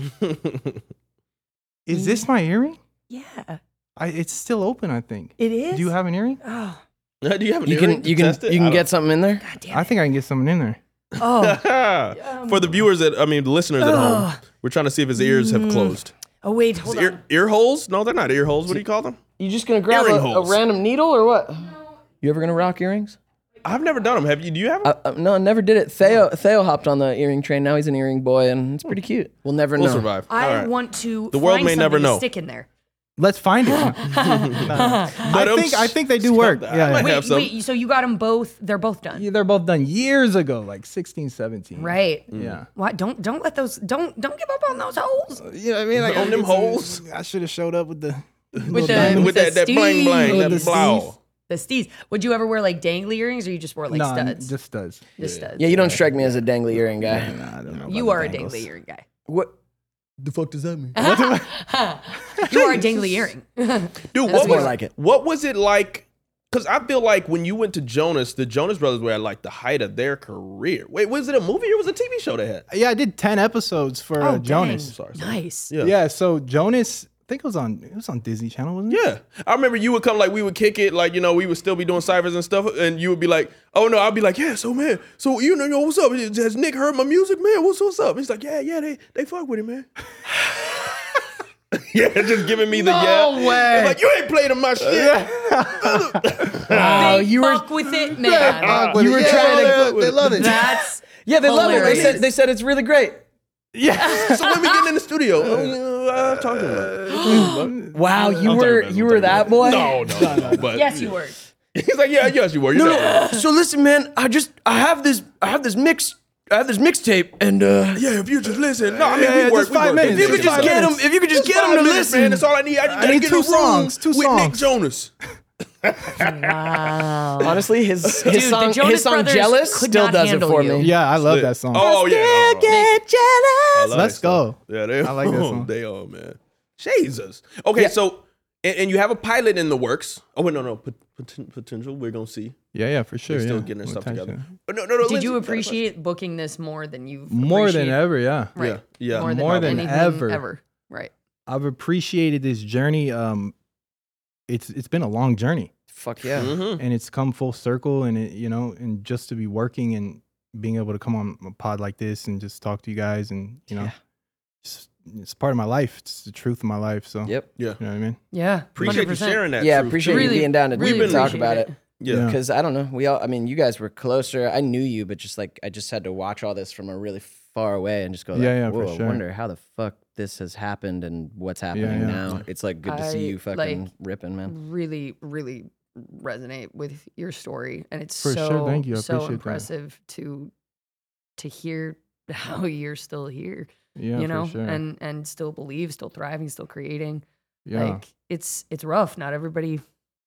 [SPEAKER 2] is
[SPEAKER 3] Mm.
[SPEAKER 2] this my earring
[SPEAKER 3] Yeah,
[SPEAKER 2] I, it's still open i think
[SPEAKER 3] it is.
[SPEAKER 2] do you have an earring
[SPEAKER 3] Oh,
[SPEAKER 1] do you have an
[SPEAKER 4] You
[SPEAKER 1] earring
[SPEAKER 4] can
[SPEAKER 1] to
[SPEAKER 4] you can
[SPEAKER 1] test it?
[SPEAKER 4] you
[SPEAKER 1] I
[SPEAKER 4] can get something in there.
[SPEAKER 3] God damn
[SPEAKER 2] i think i can get something in there (laughs)
[SPEAKER 3] it.
[SPEAKER 1] (laughs)
[SPEAKER 3] Oh,
[SPEAKER 1] for the viewers that i mean the listeners at home
[SPEAKER 3] Ugh.
[SPEAKER 1] we're trying to see if his ears
[SPEAKER 4] Mm.
[SPEAKER 1] have closed
[SPEAKER 3] oh wait,
[SPEAKER 1] his
[SPEAKER 3] hold on.
[SPEAKER 1] ear, ear holes no they're not ear holes what do you call them
[SPEAKER 6] You just gonna grab a,
[SPEAKER 1] Earring
[SPEAKER 6] a
[SPEAKER 1] holes.
[SPEAKER 6] random needle or what?
[SPEAKER 4] You ever gonna rock earrings?
[SPEAKER 1] I've never done them. Have you? Do you have 'em?
[SPEAKER 4] Uh, uh, no, I never did it. Theo Theo hopped on the earring train. Now he's an earring boy, and it's pretty cute. We'll never
[SPEAKER 1] We'll
[SPEAKER 4] know.
[SPEAKER 1] survive. All
[SPEAKER 3] I
[SPEAKER 1] right.
[SPEAKER 3] want to.
[SPEAKER 1] The world
[SPEAKER 3] find
[SPEAKER 1] may never
[SPEAKER 3] something to
[SPEAKER 1] know.
[SPEAKER 3] Stick in there.
[SPEAKER 2] Let's find
[SPEAKER 3] (laughs)
[SPEAKER 2] it. I think I think they do work.
[SPEAKER 1] I
[SPEAKER 2] Yeah,
[SPEAKER 1] might
[SPEAKER 2] yeah.
[SPEAKER 1] have
[SPEAKER 3] Wait,
[SPEAKER 1] some.
[SPEAKER 3] wait. So you got them both? They're both done,
[SPEAKER 2] Yeah, They're both done years ago, like 16, 17.
[SPEAKER 3] right?
[SPEAKER 2] Yeah.
[SPEAKER 3] Why don't don't let those don't don't give up on those holes
[SPEAKER 2] You know what I mean? Like,
[SPEAKER 1] On
[SPEAKER 2] I
[SPEAKER 1] them
[SPEAKER 2] get some-
[SPEAKER 1] holes.
[SPEAKER 2] I should have showed up with the
[SPEAKER 3] with the
[SPEAKER 2] diamond.
[SPEAKER 1] with that, that bling
[SPEAKER 4] Oh,
[SPEAKER 1] bling,
[SPEAKER 3] steez.
[SPEAKER 1] that blow.
[SPEAKER 3] The steez. Would you ever wear like dangly earrings, or you just wore like
[SPEAKER 2] nah,
[SPEAKER 3] studs? Just,
[SPEAKER 2] just studs.
[SPEAKER 3] studs.
[SPEAKER 4] Yeah, you don't strike me as a dangly earring guy.
[SPEAKER 2] Nah, I don't know about
[SPEAKER 3] you
[SPEAKER 2] the
[SPEAKER 3] are a
[SPEAKER 2] dangles.
[SPEAKER 3] dangly earring guy.
[SPEAKER 4] What?
[SPEAKER 2] The fuck does that mean?
[SPEAKER 3] You
[SPEAKER 1] (laughs)
[SPEAKER 3] are a dangly earring.
[SPEAKER 1] Dude, what
[SPEAKER 4] more
[SPEAKER 1] was
[SPEAKER 4] like it.
[SPEAKER 1] What was it like? Because I feel like when you went to Jonas, the Jonas Brothers were at like the height of their career. Wait, was it a movie or was it a TV show they had?
[SPEAKER 2] Yeah, I did 10 episodes for uh,
[SPEAKER 3] Oh,
[SPEAKER 2] Jonas.
[SPEAKER 1] Sorry,
[SPEAKER 3] Sorry,
[SPEAKER 1] sorry.
[SPEAKER 3] nice.
[SPEAKER 1] Yeah.
[SPEAKER 2] Yeah, so Jonas, I think it was on it was on Disney Channel, wasn't it?
[SPEAKER 1] Yeah, I remember you would come like we would kick it, like you know we would still be doing ciphers and stuff, and you would be like, "Oh no," I'd be like, "Yeah, so man, so you know, yo, what's up? Has Nick heard my music, man? What's what's up?" He's like, "Yeah, yeah, they they fuck with it, man." (laughs) yeah, just giving me the
[SPEAKER 6] No
[SPEAKER 1] yeah.
[SPEAKER 6] way.
[SPEAKER 1] Like you ain't played in my shit.
[SPEAKER 3] Wow,
[SPEAKER 4] you were-
[SPEAKER 3] fuck with it, man.
[SPEAKER 2] You
[SPEAKER 4] were trying to-
[SPEAKER 2] they love it.
[SPEAKER 3] That's
[SPEAKER 4] Yeah, they love it. They
[SPEAKER 3] Hilarious.
[SPEAKER 4] said they said it's really great.
[SPEAKER 2] Yeah.
[SPEAKER 1] (laughs) So when we getting in the studio, oh, you know, I talked to him.
[SPEAKER 4] Wow, you were you were that boy. (laughs)
[SPEAKER 1] No, no, no, (laughs) but
[SPEAKER 3] yes, you were.
[SPEAKER 1] He's like, yeah, yes, you were. You're
[SPEAKER 6] No, no. So listen, man. I just I have this I have this mix I have this mixtape, and uh,
[SPEAKER 1] Yeah, if you just listen. No, I mean,
[SPEAKER 2] Yeah,
[SPEAKER 1] we
[SPEAKER 2] yeah,
[SPEAKER 1] work.
[SPEAKER 2] just
[SPEAKER 1] we
[SPEAKER 2] five
[SPEAKER 1] work. If
[SPEAKER 2] minutes.
[SPEAKER 1] you could
[SPEAKER 2] Just
[SPEAKER 1] just
[SPEAKER 2] five
[SPEAKER 1] get him,
[SPEAKER 6] if you could just
[SPEAKER 1] just
[SPEAKER 6] get
[SPEAKER 1] five
[SPEAKER 6] him to
[SPEAKER 1] minutes,
[SPEAKER 6] listen.
[SPEAKER 1] man. That's all I need. I, just gotta
[SPEAKER 2] need
[SPEAKER 1] get
[SPEAKER 2] two
[SPEAKER 1] in the room
[SPEAKER 2] songs, two
[SPEAKER 1] with Nick
[SPEAKER 2] songs.
[SPEAKER 1] Jonas.
[SPEAKER 3] Wow.
[SPEAKER 4] Honestly, his his
[SPEAKER 3] Dude, the
[SPEAKER 4] song
[SPEAKER 3] Jonas
[SPEAKER 4] his song
[SPEAKER 3] Brothers
[SPEAKER 4] "Jealous"
[SPEAKER 3] could
[SPEAKER 4] still
[SPEAKER 3] not
[SPEAKER 4] does it
[SPEAKER 3] handle
[SPEAKER 4] for
[SPEAKER 3] you.
[SPEAKER 4] me.
[SPEAKER 2] Yeah, I love that song.
[SPEAKER 1] (laughs) Oh yeah. Oh, oh. I love
[SPEAKER 2] Let's
[SPEAKER 1] that song.
[SPEAKER 2] go.
[SPEAKER 1] Yeah, they.
[SPEAKER 2] I like that song.
[SPEAKER 1] They are man. Jesus. Okay, so and, and you have a pilot in the works. Oh wait, no, no, pot- poten- potential. We're gonna see.
[SPEAKER 2] Yeah, yeah, for sure.
[SPEAKER 1] We're still
[SPEAKER 2] yeah.
[SPEAKER 1] getting our
[SPEAKER 2] We'll
[SPEAKER 1] stuff
[SPEAKER 2] touch
[SPEAKER 1] together.
[SPEAKER 2] it.
[SPEAKER 1] But Oh, no, no, no.
[SPEAKER 3] Did
[SPEAKER 1] Lindsay,
[SPEAKER 3] you
[SPEAKER 1] that's fine.
[SPEAKER 3] appreciate booking this more than you've
[SPEAKER 2] More than
[SPEAKER 3] appreciated-
[SPEAKER 2] ever, yeah.
[SPEAKER 3] Right.
[SPEAKER 1] Yeah, yeah.
[SPEAKER 3] More than,
[SPEAKER 2] More than
[SPEAKER 3] anything
[SPEAKER 2] ever.
[SPEAKER 3] ever. Right.
[SPEAKER 2] I've appreciated this journey. Um, it's it's been a long journey,
[SPEAKER 4] Fuck yeah.
[SPEAKER 1] Mhm.
[SPEAKER 2] and it's come full circle. And it, you know, and just to be working and being able to come on a pod like this and just talk to you guys, and you know,
[SPEAKER 4] Yeah.
[SPEAKER 2] it's, it's part of my life. It's the truth of my life. So
[SPEAKER 4] Yep.
[SPEAKER 2] you know what I mean.
[SPEAKER 3] Yeah.
[SPEAKER 1] Appreciate you
[SPEAKER 3] 100%.
[SPEAKER 1] sharing that.
[SPEAKER 4] Yeah,
[SPEAKER 1] truth.
[SPEAKER 4] appreciate you
[SPEAKER 3] Really-
[SPEAKER 4] being down to
[SPEAKER 3] really
[SPEAKER 4] even talk
[SPEAKER 3] appreciate
[SPEAKER 4] about
[SPEAKER 3] it.
[SPEAKER 4] it.
[SPEAKER 1] Yeah.
[SPEAKER 4] Because I don't know, we all. I mean, you guys were closer. I knew you, but just like I just had to watch all this from a really far away and just go, like,
[SPEAKER 2] Yeah, yeah, for
[SPEAKER 4] Whoa, I
[SPEAKER 2] sure.
[SPEAKER 4] wonder how the fuck this has happened and what's happening
[SPEAKER 2] yeah.
[SPEAKER 4] now. It's like good to
[SPEAKER 3] I,
[SPEAKER 4] see you fucking
[SPEAKER 3] like,
[SPEAKER 4] ripping, man.
[SPEAKER 3] really, really resonate with your story, and it's
[SPEAKER 2] For sure.
[SPEAKER 3] so
[SPEAKER 2] Thank you. I
[SPEAKER 3] so
[SPEAKER 2] appreciate that.
[SPEAKER 3] impressive to to hear (laughs) how you're still here,
[SPEAKER 2] Yeah,
[SPEAKER 3] you know,
[SPEAKER 2] for sure.
[SPEAKER 3] and and still believe, still thriving, still creating.
[SPEAKER 2] yeah,
[SPEAKER 3] Like it's it's rough. Not everybody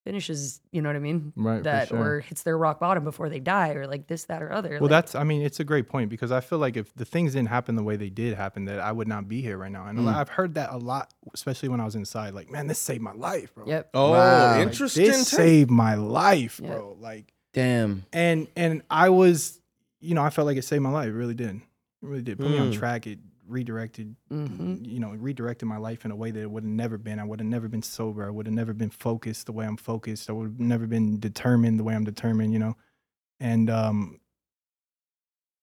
[SPEAKER 3] finishes, you know what I mean?
[SPEAKER 2] right. for
[SPEAKER 3] that
[SPEAKER 2] sure.
[SPEAKER 3] or hits their rock bottom before they die, or like this, that, or other.
[SPEAKER 2] Well,
[SPEAKER 3] like,
[SPEAKER 2] that's, I mean, it's a great point because I feel like if the things didn't happen the way they did happen, that I would not be here right now. And a
[SPEAKER 1] Mm.
[SPEAKER 2] lot- I've heard that a lot, especially when I was inside. Like, man, this saved my life, bro.
[SPEAKER 3] yep.
[SPEAKER 1] Oh,
[SPEAKER 4] Wow.
[SPEAKER 2] Like,
[SPEAKER 1] interesting.
[SPEAKER 2] This
[SPEAKER 1] take.
[SPEAKER 2] saved my life,
[SPEAKER 3] Yeah.
[SPEAKER 2] bro. Like,
[SPEAKER 4] Damn.
[SPEAKER 2] and and I was, you know, I felt like it saved my life. It really did. It really did. Put me on
[SPEAKER 1] Mm.
[SPEAKER 2] track. It redirected,
[SPEAKER 3] hmm
[SPEAKER 4] Mm-hmm.
[SPEAKER 2] you know, it redirected my life in a way that it would have never been. I would have never been sober. I would have never been focused the way I'm focused. I would have never been determined the way I'm determined, you know. And um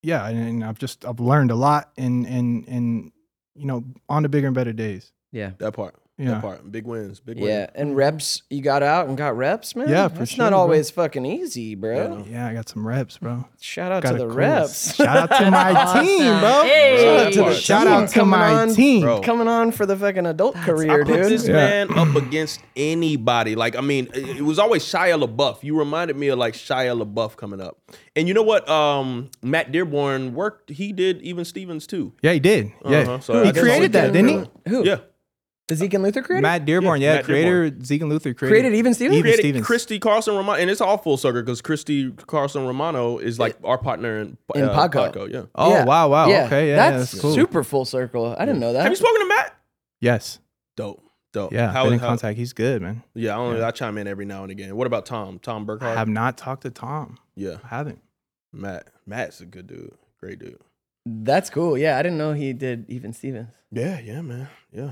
[SPEAKER 2] yeah, and, and I've just I've learned a lot and and and you know, on to bigger and better days.
[SPEAKER 4] Yeah.
[SPEAKER 1] That part.
[SPEAKER 2] Yeah.
[SPEAKER 1] That part. Big wins. Big wins.
[SPEAKER 4] Yeah, and reps. You got out and got reps, man.
[SPEAKER 2] Yeah, for
[SPEAKER 4] It's
[SPEAKER 2] sure,
[SPEAKER 4] not
[SPEAKER 2] bro.
[SPEAKER 4] always fucking easy, bro.
[SPEAKER 2] Yeah, I got some reps, bro.
[SPEAKER 4] Shout out
[SPEAKER 2] Got
[SPEAKER 4] to
[SPEAKER 2] a
[SPEAKER 4] the
[SPEAKER 2] cool-
[SPEAKER 4] (laughs) reps.
[SPEAKER 2] Shout out to my
[SPEAKER 3] Awesome.
[SPEAKER 2] team, bro.
[SPEAKER 3] Hey.
[SPEAKER 2] Shout out to, the
[SPEAKER 1] Bro,
[SPEAKER 2] shout
[SPEAKER 4] team
[SPEAKER 2] out to
[SPEAKER 4] coming
[SPEAKER 2] my
[SPEAKER 4] on.
[SPEAKER 2] team.
[SPEAKER 1] Bro.
[SPEAKER 4] Coming on for the fucking adult career,
[SPEAKER 1] I put
[SPEAKER 4] dude.
[SPEAKER 1] this
[SPEAKER 2] Yeah.
[SPEAKER 1] man up against anybody. Like, I mean, it it was always Shia LaBeouf. You reminded me of like Shia LaBeouf coming up. And you know what? Um, Matt Dearborn worked. He did even Stevens too.
[SPEAKER 2] Yeah, he did. Yeah.
[SPEAKER 1] Uh-huh. So I
[SPEAKER 2] he
[SPEAKER 1] just
[SPEAKER 2] created
[SPEAKER 1] like
[SPEAKER 2] that,
[SPEAKER 1] that,
[SPEAKER 2] didn't he?
[SPEAKER 1] bro.
[SPEAKER 4] Who?
[SPEAKER 1] Yeah,
[SPEAKER 4] The Zeke and Luther creator.
[SPEAKER 2] Matt Dearborn, yeah,
[SPEAKER 1] Matt
[SPEAKER 2] creator Zeke and Luther created,
[SPEAKER 4] Created Even Stevens?
[SPEAKER 2] Even
[SPEAKER 1] created
[SPEAKER 2] Stevens.
[SPEAKER 1] Christy Carlson Romano, and it's all full circle because Christy Carlson Romano is like our partner in, uh,
[SPEAKER 4] In Paco.
[SPEAKER 1] Yeah.
[SPEAKER 2] oh
[SPEAKER 4] Yeah.
[SPEAKER 2] wow, wow,
[SPEAKER 4] yeah,
[SPEAKER 2] okay, yeah,
[SPEAKER 4] that's,
[SPEAKER 2] that's, cool.
[SPEAKER 4] super full circle. I didn't know that.
[SPEAKER 1] Have you spoken to Matt?
[SPEAKER 2] Yes,
[SPEAKER 1] Dope. Dope.
[SPEAKER 2] yeah,
[SPEAKER 1] How,
[SPEAKER 2] been in
[SPEAKER 1] how-
[SPEAKER 2] contact. He's good, man.
[SPEAKER 1] Yeah. I, only, I chime in every now and again. What about Tom? Tom
[SPEAKER 2] I
[SPEAKER 1] Burkhardt.
[SPEAKER 2] have not talked to Tom.
[SPEAKER 1] yeah.
[SPEAKER 2] I haven't.
[SPEAKER 1] Matt. Matt's a good dude. Great dude.
[SPEAKER 4] That's cool. Yeah, I didn't know he did even Stevens.
[SPEAKER 1] Yeah. Yeah, man. Yeah.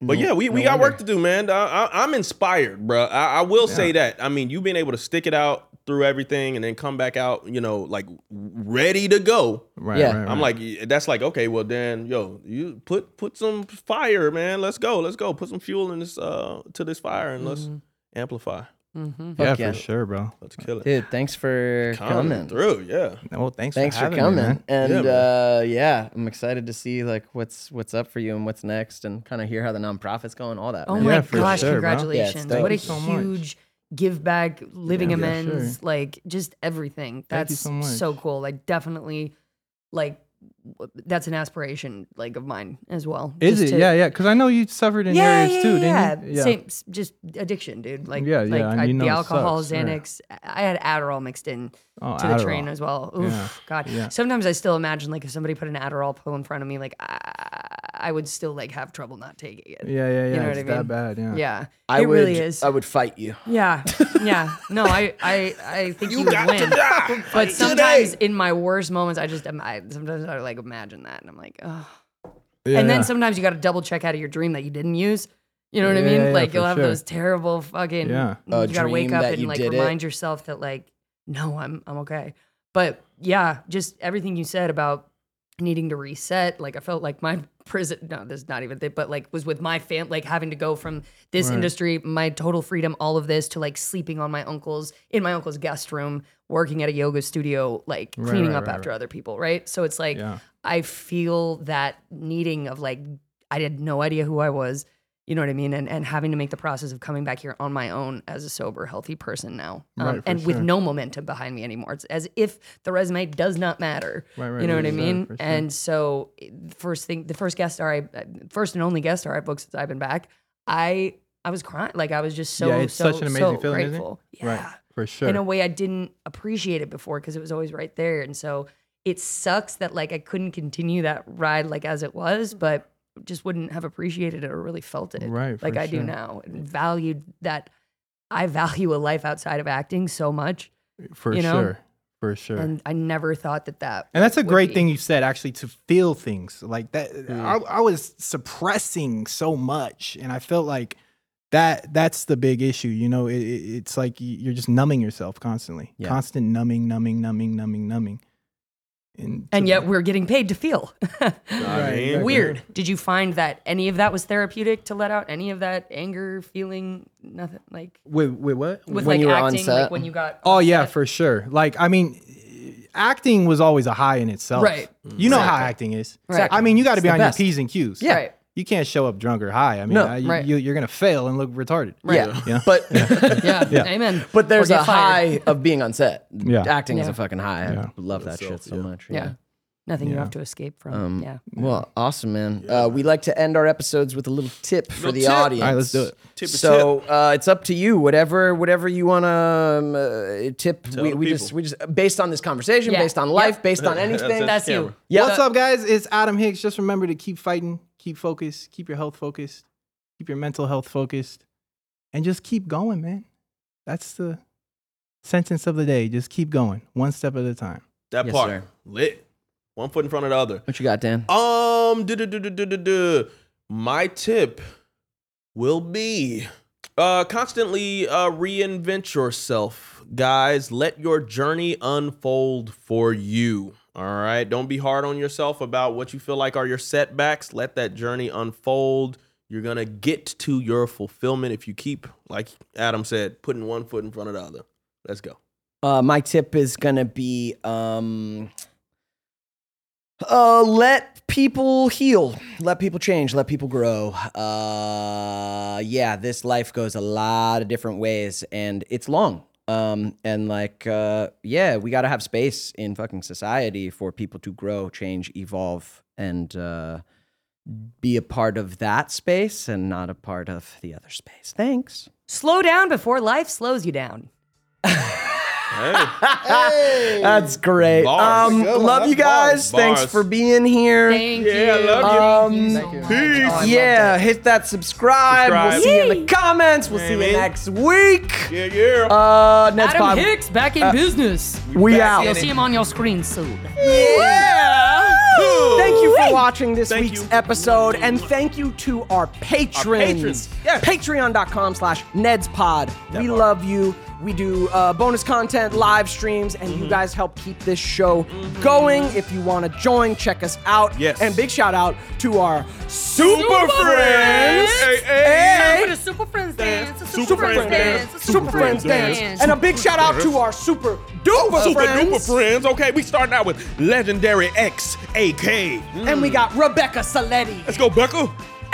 [SPEAKER 1] But
[SPEAKER 4] No-
[SPEAKER 1] yeah, we,
[SPEAKER 4] no
[SPEAKER 1] we got
[SPEAKER 4] wonder.
[SPEAKER 1] work to do, man. I, I, I'm inspired, bruh. I, I will say that. I mean, you being able to stick it out through everything and then come back out, you know, like ready to go.
[SPEAKER 2] Right,
[SPEAKER 4] Yeah.
[SPEAKER 2] right,
[SPEAKER 1] I'm
[SPEAKER 2] right.
[SPEAKER 1] like, that's like, okay, well then, yo, you put put some
[SPEAKER 4] Mm-hmm.
[SPEAKER 1] fire, man. Let's go, let's go. Put some fuel in this uh to this fire and let's amplify.
[SPEAKER 3] Mm-hmm.
[SPEAKER 2] yeah,
[SPEAKER 4] Fuck yeah.
[SPEAKER 2] for sure, bro.
[SPEAKER 1] Let's kill it.
[SPEAKER 4] Dude, thanks for
[SPEAKER 1] Coming
[SPEAKER 4] coming.
[SPEAKER 1] through, yeah.
[SPEAKER 2] Well, thanks.
[SPEAKER 4] Thanks for
[SPEAKER 2] having me,
[SPEAKER 4] coming.
[SPEAKER 2] man.
[SPEAKER 1] Yeah,
[SPEAKER 4] and
[SPEAKER 1] man.
[SPEAKER 4] uh, yeah, I'm excited to see like what's what's up for you and what's next and kind of hear how the nonprofit's going, all that.
[SPEAKER 3] Oh
[SPEAKER 4] man.
[SPEAKER 2] Yeah,
[SPEAKER 3] my
[SPEAKER 2] for
[SPEAKER 3] gosh,
[SPEAKER 2] sure, bro.
[SPEAKER 3] congratulations.
[SPEAKER 4] thank
[SPEAKER 3] what a
[SPEAKER 4] you
[SPEAKER 2] so much.
[SPEAKER 3] huge give back, living
[SPEAKER 2] Yeah, for
[SPEAKER 3] amends, like just everything.
[SPEAKER 2] Thank you
[SPEAKER 3] That's
[SPEAKER 2] so
[SPEAKER 3] so,
[SPEAKER 2] much.
[SPEAKER 3] cool. I definitely like w- that's an aspiration like of mine as well.
[SPEAKER 2] Is
[SPEAKER 3] just
[SPEAKER 2] it?
[SPEAKER 3] to-
[SPEAKER 2] yeah, yeah. Because I know you suffered in
[SPEAKER 3] yeah,
[SPEAKER 2] your
[SPEAKER 3] yeah,
[SPEAKER 2] age too,
[SPEAKER 3] yeah.
[SPEAKER 2] didn't you?
[SPEAKER 3] Same, s- just addiction, dude. Like,
[SPEAKER 2] Yeah,
[SPEAKER 3] like
[SPEAKER 2] yeah, and
[SPEAKER 3] I,
[SPEAKER 2] you know
[SPEAKER 3] the
[SPEAKER 2] it
[SPEAKER 3] alcohol,
[SPEAKER 2] sucks, yeah.
[SPEAKER 3] Xanax. I I had Adderall mixed in
[SPEAKER 2] Oh,
[SPEAKER 3] to the train
[SPEAKER 2] Adderall.
[SPEAKER 3] as well. Oof,
[SPEAKER 2] Yeah,
[SPEAKER 3] God.
[SPEAKER 2] yeah.
[SPEAKER 3] Sometimes I still imagine like if somebody put an Adderall pill in front of me, like I, I would still like have trouble not taking it.
[SPEAKER 2] Yeah, yeah, yeah.
[SPEAKER 3] know what
[SPEAKER 2] it's
[SPEAKER 3] I
[SPEAKER 2] that
[SPEAKER 3] mean?
[SPEAKER 2] bad. Yeah.
[SPEAKER 3] Yeah,
[SPEAKER 4] I
[SPEAKER 3] it
[SPEAKER 4] would,
[SPEAKER 3] really is.
[SPEAKER 4] I would fight you.
[SPEAKER 3] Yeah, yeah. No, I, I, I think you, would win. But sometimes in my worst moments, I just, am- I, sometimes I like imagine that, and I'm like, oh.
[SPEAKER 2] Yeah,
[SPEAKER 3] and then
[SPEAKER 2] yeah.
[SPEAKER 3] sometimes you got to double check out of your dream that you didn't use. You know what
[SPEAKER 2] Yeah,
[SPEAKER 3] I mean?
[SPEAKER 2] yeah,
[SPEAKER 3] like
[SPEAKER 2] for
[SPEAKER 3] you'll have
[SPEAKER 2] sure.
[SPEAKER 3] those terrible fucking.
[SPEAKER 2] Yeah.
[SPEAKER 4] A
[SPEAKER 3] you gotta wake
[SPEAKER 4] dream
[SPEAKER 3] up
[SPEAKER 4] that
[SPEAKER 3] and
[SPEAKER 4] you
[SPEAKER 3] like
[SPEAKER 4] did it.
[SPEAKER 3] remind yourself that like, no, I'm, I'm okay. But yeah, just everything you said about needing to reset. Like I felt like my (laughs) prison. No, this is not even that. But like was with my fam. Like having to go from this
[SPEAKER 2] Right.
[SPEAKER 3] industry, my total freedom, all of this, to like sleeping on my uncle's in my uncle's guest room, working at a yoga studio, like
[SPEAKER 2] Right,
[SPEAKER 3] cleaning
[SPEAKER 2] right,
[SPEAKER 3] up
[SPEAKER 2] right,
[SPEAKER 3] after other people. Right. So it's like
[SPEAKER 2] Yeah.
[SPEAKER 3] I feel that needing of like I had no idea who I was. You know what I mean? And and having to make the process of coming back here on my own as a sober, healthy person now. Um,
[SPEAKER 2] Right, for
[SPEAKER 3] and with
[SPEAKER 2] sure.
[SPEAKER 3] no momentum behind me anymore. It's as if the resume does not matter
[SPEAKER 2] Right, right,
[SPEAKER 3] you know
[SPEAKER 2] right,
[SPEAKER 3] what I
[SPEAKER 2] for sure,
[SPEAKER 3] mean?
[SPEAKER 2] for sure.
[SPEAKER 3] And so, it- the first thing, the first guest star, I, first and only guest star I booked since I've been back, I I was crying, like I was just so
[SPEAKER 2] Yeah, it's
[SPEAKER 3] so
[SPEAKER 2] such an amazing
[SPEAKER 3] so
[SPEAKER 2] feeling, isn't it?
[SPEAKER 3] grateful. Yeah,
[SPEAKER 2] Right. For sure.
[SPEAKER 3] in a way I didn't appreciate it before because it was always right there, and so it sucks that like I couldn't continue that ride like as it was, but just wouldn't have appreciated it or really felt it
[SPEAKER 2] Right,
[SPEAKER 3] like
[SPEAKER 2] for
[SPEAKER 3] I do
[SPEAKER 2] sure.
[SPEAKER 3] now, and valued that. I value a life outside of acting so much,
[SPEAKER 2] for
[SPEAKER 3] you know?
[SPEAKER 2] sure. For sure.
[SPEAKER 3] and I never thought that that.
[SPEAKER 2] And that's a
[SPEAKER 3] would
[SPEAKER 2] great
[SPEAKER 3] be.
[SPEAKER 2] thing you said, actually, to feel things like that. I, I was suppressing so much, and I felt like that—that's the big issue. You know, it, it, it's like y- you're just numbing yourself constantly,
[SPEAKER 4] Yeah.
[SPEAKER 2] constant numbing, numbing, numbing, numbing, numbing. And,
[SPEAKER 3] and yet we're getting paid to feel (laughs)
[SPEAKER 1] I
[SPEAKER 2] Right,
[SPEAKER 1] mean,
[SPEAKER 2] exactly.
[SPEAKER 3] weird did you find that any of that was therapeutic to let out any of that anger feeling nothing like
[SPEAKER 2] with with what?
[SPEAKER 3] with
[SPEAKER 4] When
[SPEAKER 3] like
[SPEAKER 4] you were on
[SPEAKER 3] acting like
[SPEAKER 4] set?
[SPEAKER 3] when you got
[SPEAKER 2] Oh
[SPEAKER 3] on
[SPEAKER 2] yeah,
[SPEAKER 3] set?
[SPEAKER 2] for sure. Like I mean, acting was always a high in itself.
[SPEAKER 3] Right.
[SPEAKER 2] You know how acting is.
[SPEAKER 3] Right.
[SPEAKER 2] I mean, you got to be
[SPEAKER 4] the
[SPEAKER 2] on
[SPEAKER 4] best.
[SPEAKER 2] your p's and q's.
[SPEAKER 4] Yeah.
[SPEAKER 3] Right.
[SPEAKER 2] You can't show up drunk or high. I mean,
[SPEAKER 4] No.
[SPEAKER 2] I- you,
[SPEAKER 3] Right.
[SPEAKER 2] you're gonna fail and look retarded.
[SPEAKER 4] Yeah.
[SPEAKER 2] Yeah.
[SPEAKER 4] (laughs) But
[SPEAKER 3] (laughs) yeah, amen
[SPEAKER 4] but there's
[SPEAKER 3] Or
[SPEAKER 4] a
[SPEAKER 3] get fired.
[SPEAKER 4] high of being on set.
[SPEAKER 2] Yeah.
[SPEAKER 4] Acting is
[SPEAKER 3] Yeah.
[SPEAKER 4] a fucking high.
[SPEAKER 2] Yeah.
[SPEAKER 4] I love that shit so much.
[SPEAKER 3] yeah nothing you
[SPEAKER 2] Yeah.
[SPEAKER 3] have to escape from
[SPEAKER 4] Um,
[SPEAKER 3] yeah
[SPEAKER 4] Well, awesome, man. Uh, we like to end our episodes with a little tip for
[SPEAKER 1] Little
[SPEAKER 4] the
[SPEAKER 1] tip.
[SPEAKER 4] audience.
[SPEAKER 2] All right, let's do it.
[SPEAKER 1] Tip is
[SPEAKER 4] so Uh, it's up to you. Whatever, whatever you want to um, uh, tip. we
[SPEAKER 1] the
[SPEAKER 4] we
[SPEAKER 1] people.
[SPEAKER 4] just we just based on this conversation,
[SPEAKER 3] Yeah.
[SPEAKER 4] based on life, based
[SPEAKER 1] (laughs)
[SPEAKER 4] on anything.
[SPEAKER 3] That's you.
[SPEAKER 1] camera.
[SPEAKER 4] yeah.
[SPEAKER 2] What's up, guys? It's Adam Hicks. Just remember to keep fighting, keep focused, keep your health focused, keep your mental health focused, and just keep going, man. That's the sentence of the day. Just keep going, one step at a time.
[SPEAKER 1] That
[SPEAKER 4] Yes,
[SPEAKER 1] part
[SPEAKER 4] sir.
[SPEAKER 1] lit. One foot in front of the other.
[SPEAKER 4] What you got, Dan?
[SPEAKER 1] Um, duh, duh, duh, duh, duh, duh, duh. my tip will be uh, constantly uh, reinvent yourself, guys. Let your journey unfold for you. All right. Don't be hard on yourself about what you feel like are your setbacks. Let that journey unfold. You're going to get to your fulfillment if you keep, like Adam said, putting one foot in front of the other. Let's go.
[SPEAKER 4] Uh, my tip is gonna be um, uh, let people heal, let people change, let people grow. Uh, yeah, this life goes a lot of different ways, and it's long. Um, and like, uh, yeah, we gotta have space in fucking society for people to grow, change, evolve, and uh, be a part of that space and not a part of the other space. Thanks.
[SPEAKER 3] slow down before life slows you down
[SPEAKER 1] Hey.
[SPEAKER 4] That's great.
[SPEAKER 1] Bars.
[SPEAKER 4] Um,
[SPEAKER 1] Good one.
[SPEAKER 4] love you guys.
[SPEAKER 1] Bars.
[SPEAKER 4] Thanks for being here.
[SPEAKER 3] thank
[SPEAKER 1] (laughs) Yeah, I
[SPEAKER 3] you
[SPEAKER 1] love
[SPEAKER 4] you.
[SPEAKER 3] so
[SPEAKER 2] Thank you.
[SPEAKER 3] much.
[SPEAKER 1] Peace.
[SPEAKER 3] Oh, I loved
[SPEAKER 4] yeah,
[SPEAKER 3] it.
[SPEAKER 4] hit that subscribe. We'll
[SPEAKER 1] Subscribe.
[SPEAKER 4] see you in
[SPEAKER 3] Yay.
[SPEAKER 4] the comments. We'll see you
[SPEAKER 1] Amen.
[SPEAKER 4] next week.
[SPEAKER 1] Yeah, yeah.
[SPEAKER 4] Uh, next
[SPEAKER 3] Adam
[SPEAKER 4] pod-
[SPEAKER 3] Hicks back in business
[SPEAKER 4] We
[SPEAKER 1] Back
[SPEAKER 4] out.
[SPEAKER 1] in
[SPEAKER 3] you'll see him on your screen soon
[SPEAKER 4] Yeah.
[SPEAKER 6] Thank you for watching this
[SPEAKER 1] Thank
[SPEAKER 6] week's
[SPEAKER 1] you.
[SPEAKER 6] episode, and thank you to our patrons.
[SPEAKER 1] patrons, yes.
[SPEAKER 6] Patreon.com slash NedsPod. we love you. We do uh, bonus content, live streams, and
[SPEAKER 1] Mm-hmm.
[SPEAKER 6] you guys help keep this show going. If you want to join, check us out.
[SPEAKER 1] Yes.
[SPEAKER 6] And big shout out to our Super,
[SPEAKER 1] friends. Hey, hey.
[SPEAKER 6] Hey.
[SPEAKER 3] Super Friends dance. a
[SPEAKER 1] Super Friends dance,
[SPEAKER 6] Super Friends Dance. And a big shout out to our Super Duper
[SPEAKER 1] Super
[SPEAKER 6] Friends.
[SPEAKER 1] duper friends. Okay, we starting out with legendary X AK. Mm.
[SPEAKER 6] And we got Rebecca Saletti.
[SPEAKER 1] Let's go, Becca.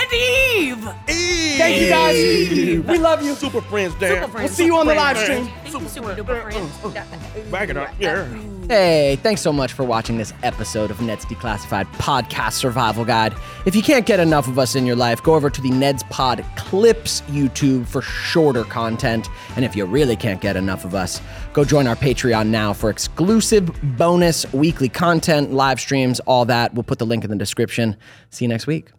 [SPEAKER 3] And Eve.
[SPEAKER 6] Thank you guys. We love you.
[SPEAKER 1] Super friends dance.
[SPEAKER 3] Super
[SPEAKER 1] Super
[SPEAKER 6] We'll see you on the live stream.
[SPEAKER 3] Super, super duper friends.
[SPEAKER 1] Back it up. Yeah.
[SPEAKER 4] Hey, thanks so much for watching this episode of Ned's Declassified Podcast Survival Guide. If you can't get enough of us in your life, go over to the Ned's Pod Clips YouTube for shorter content. And if you really can't get enough of us, go join our Patreon now for exclusive bonus weekly content, live streams, all that. We'll put the link in the description. See you next week.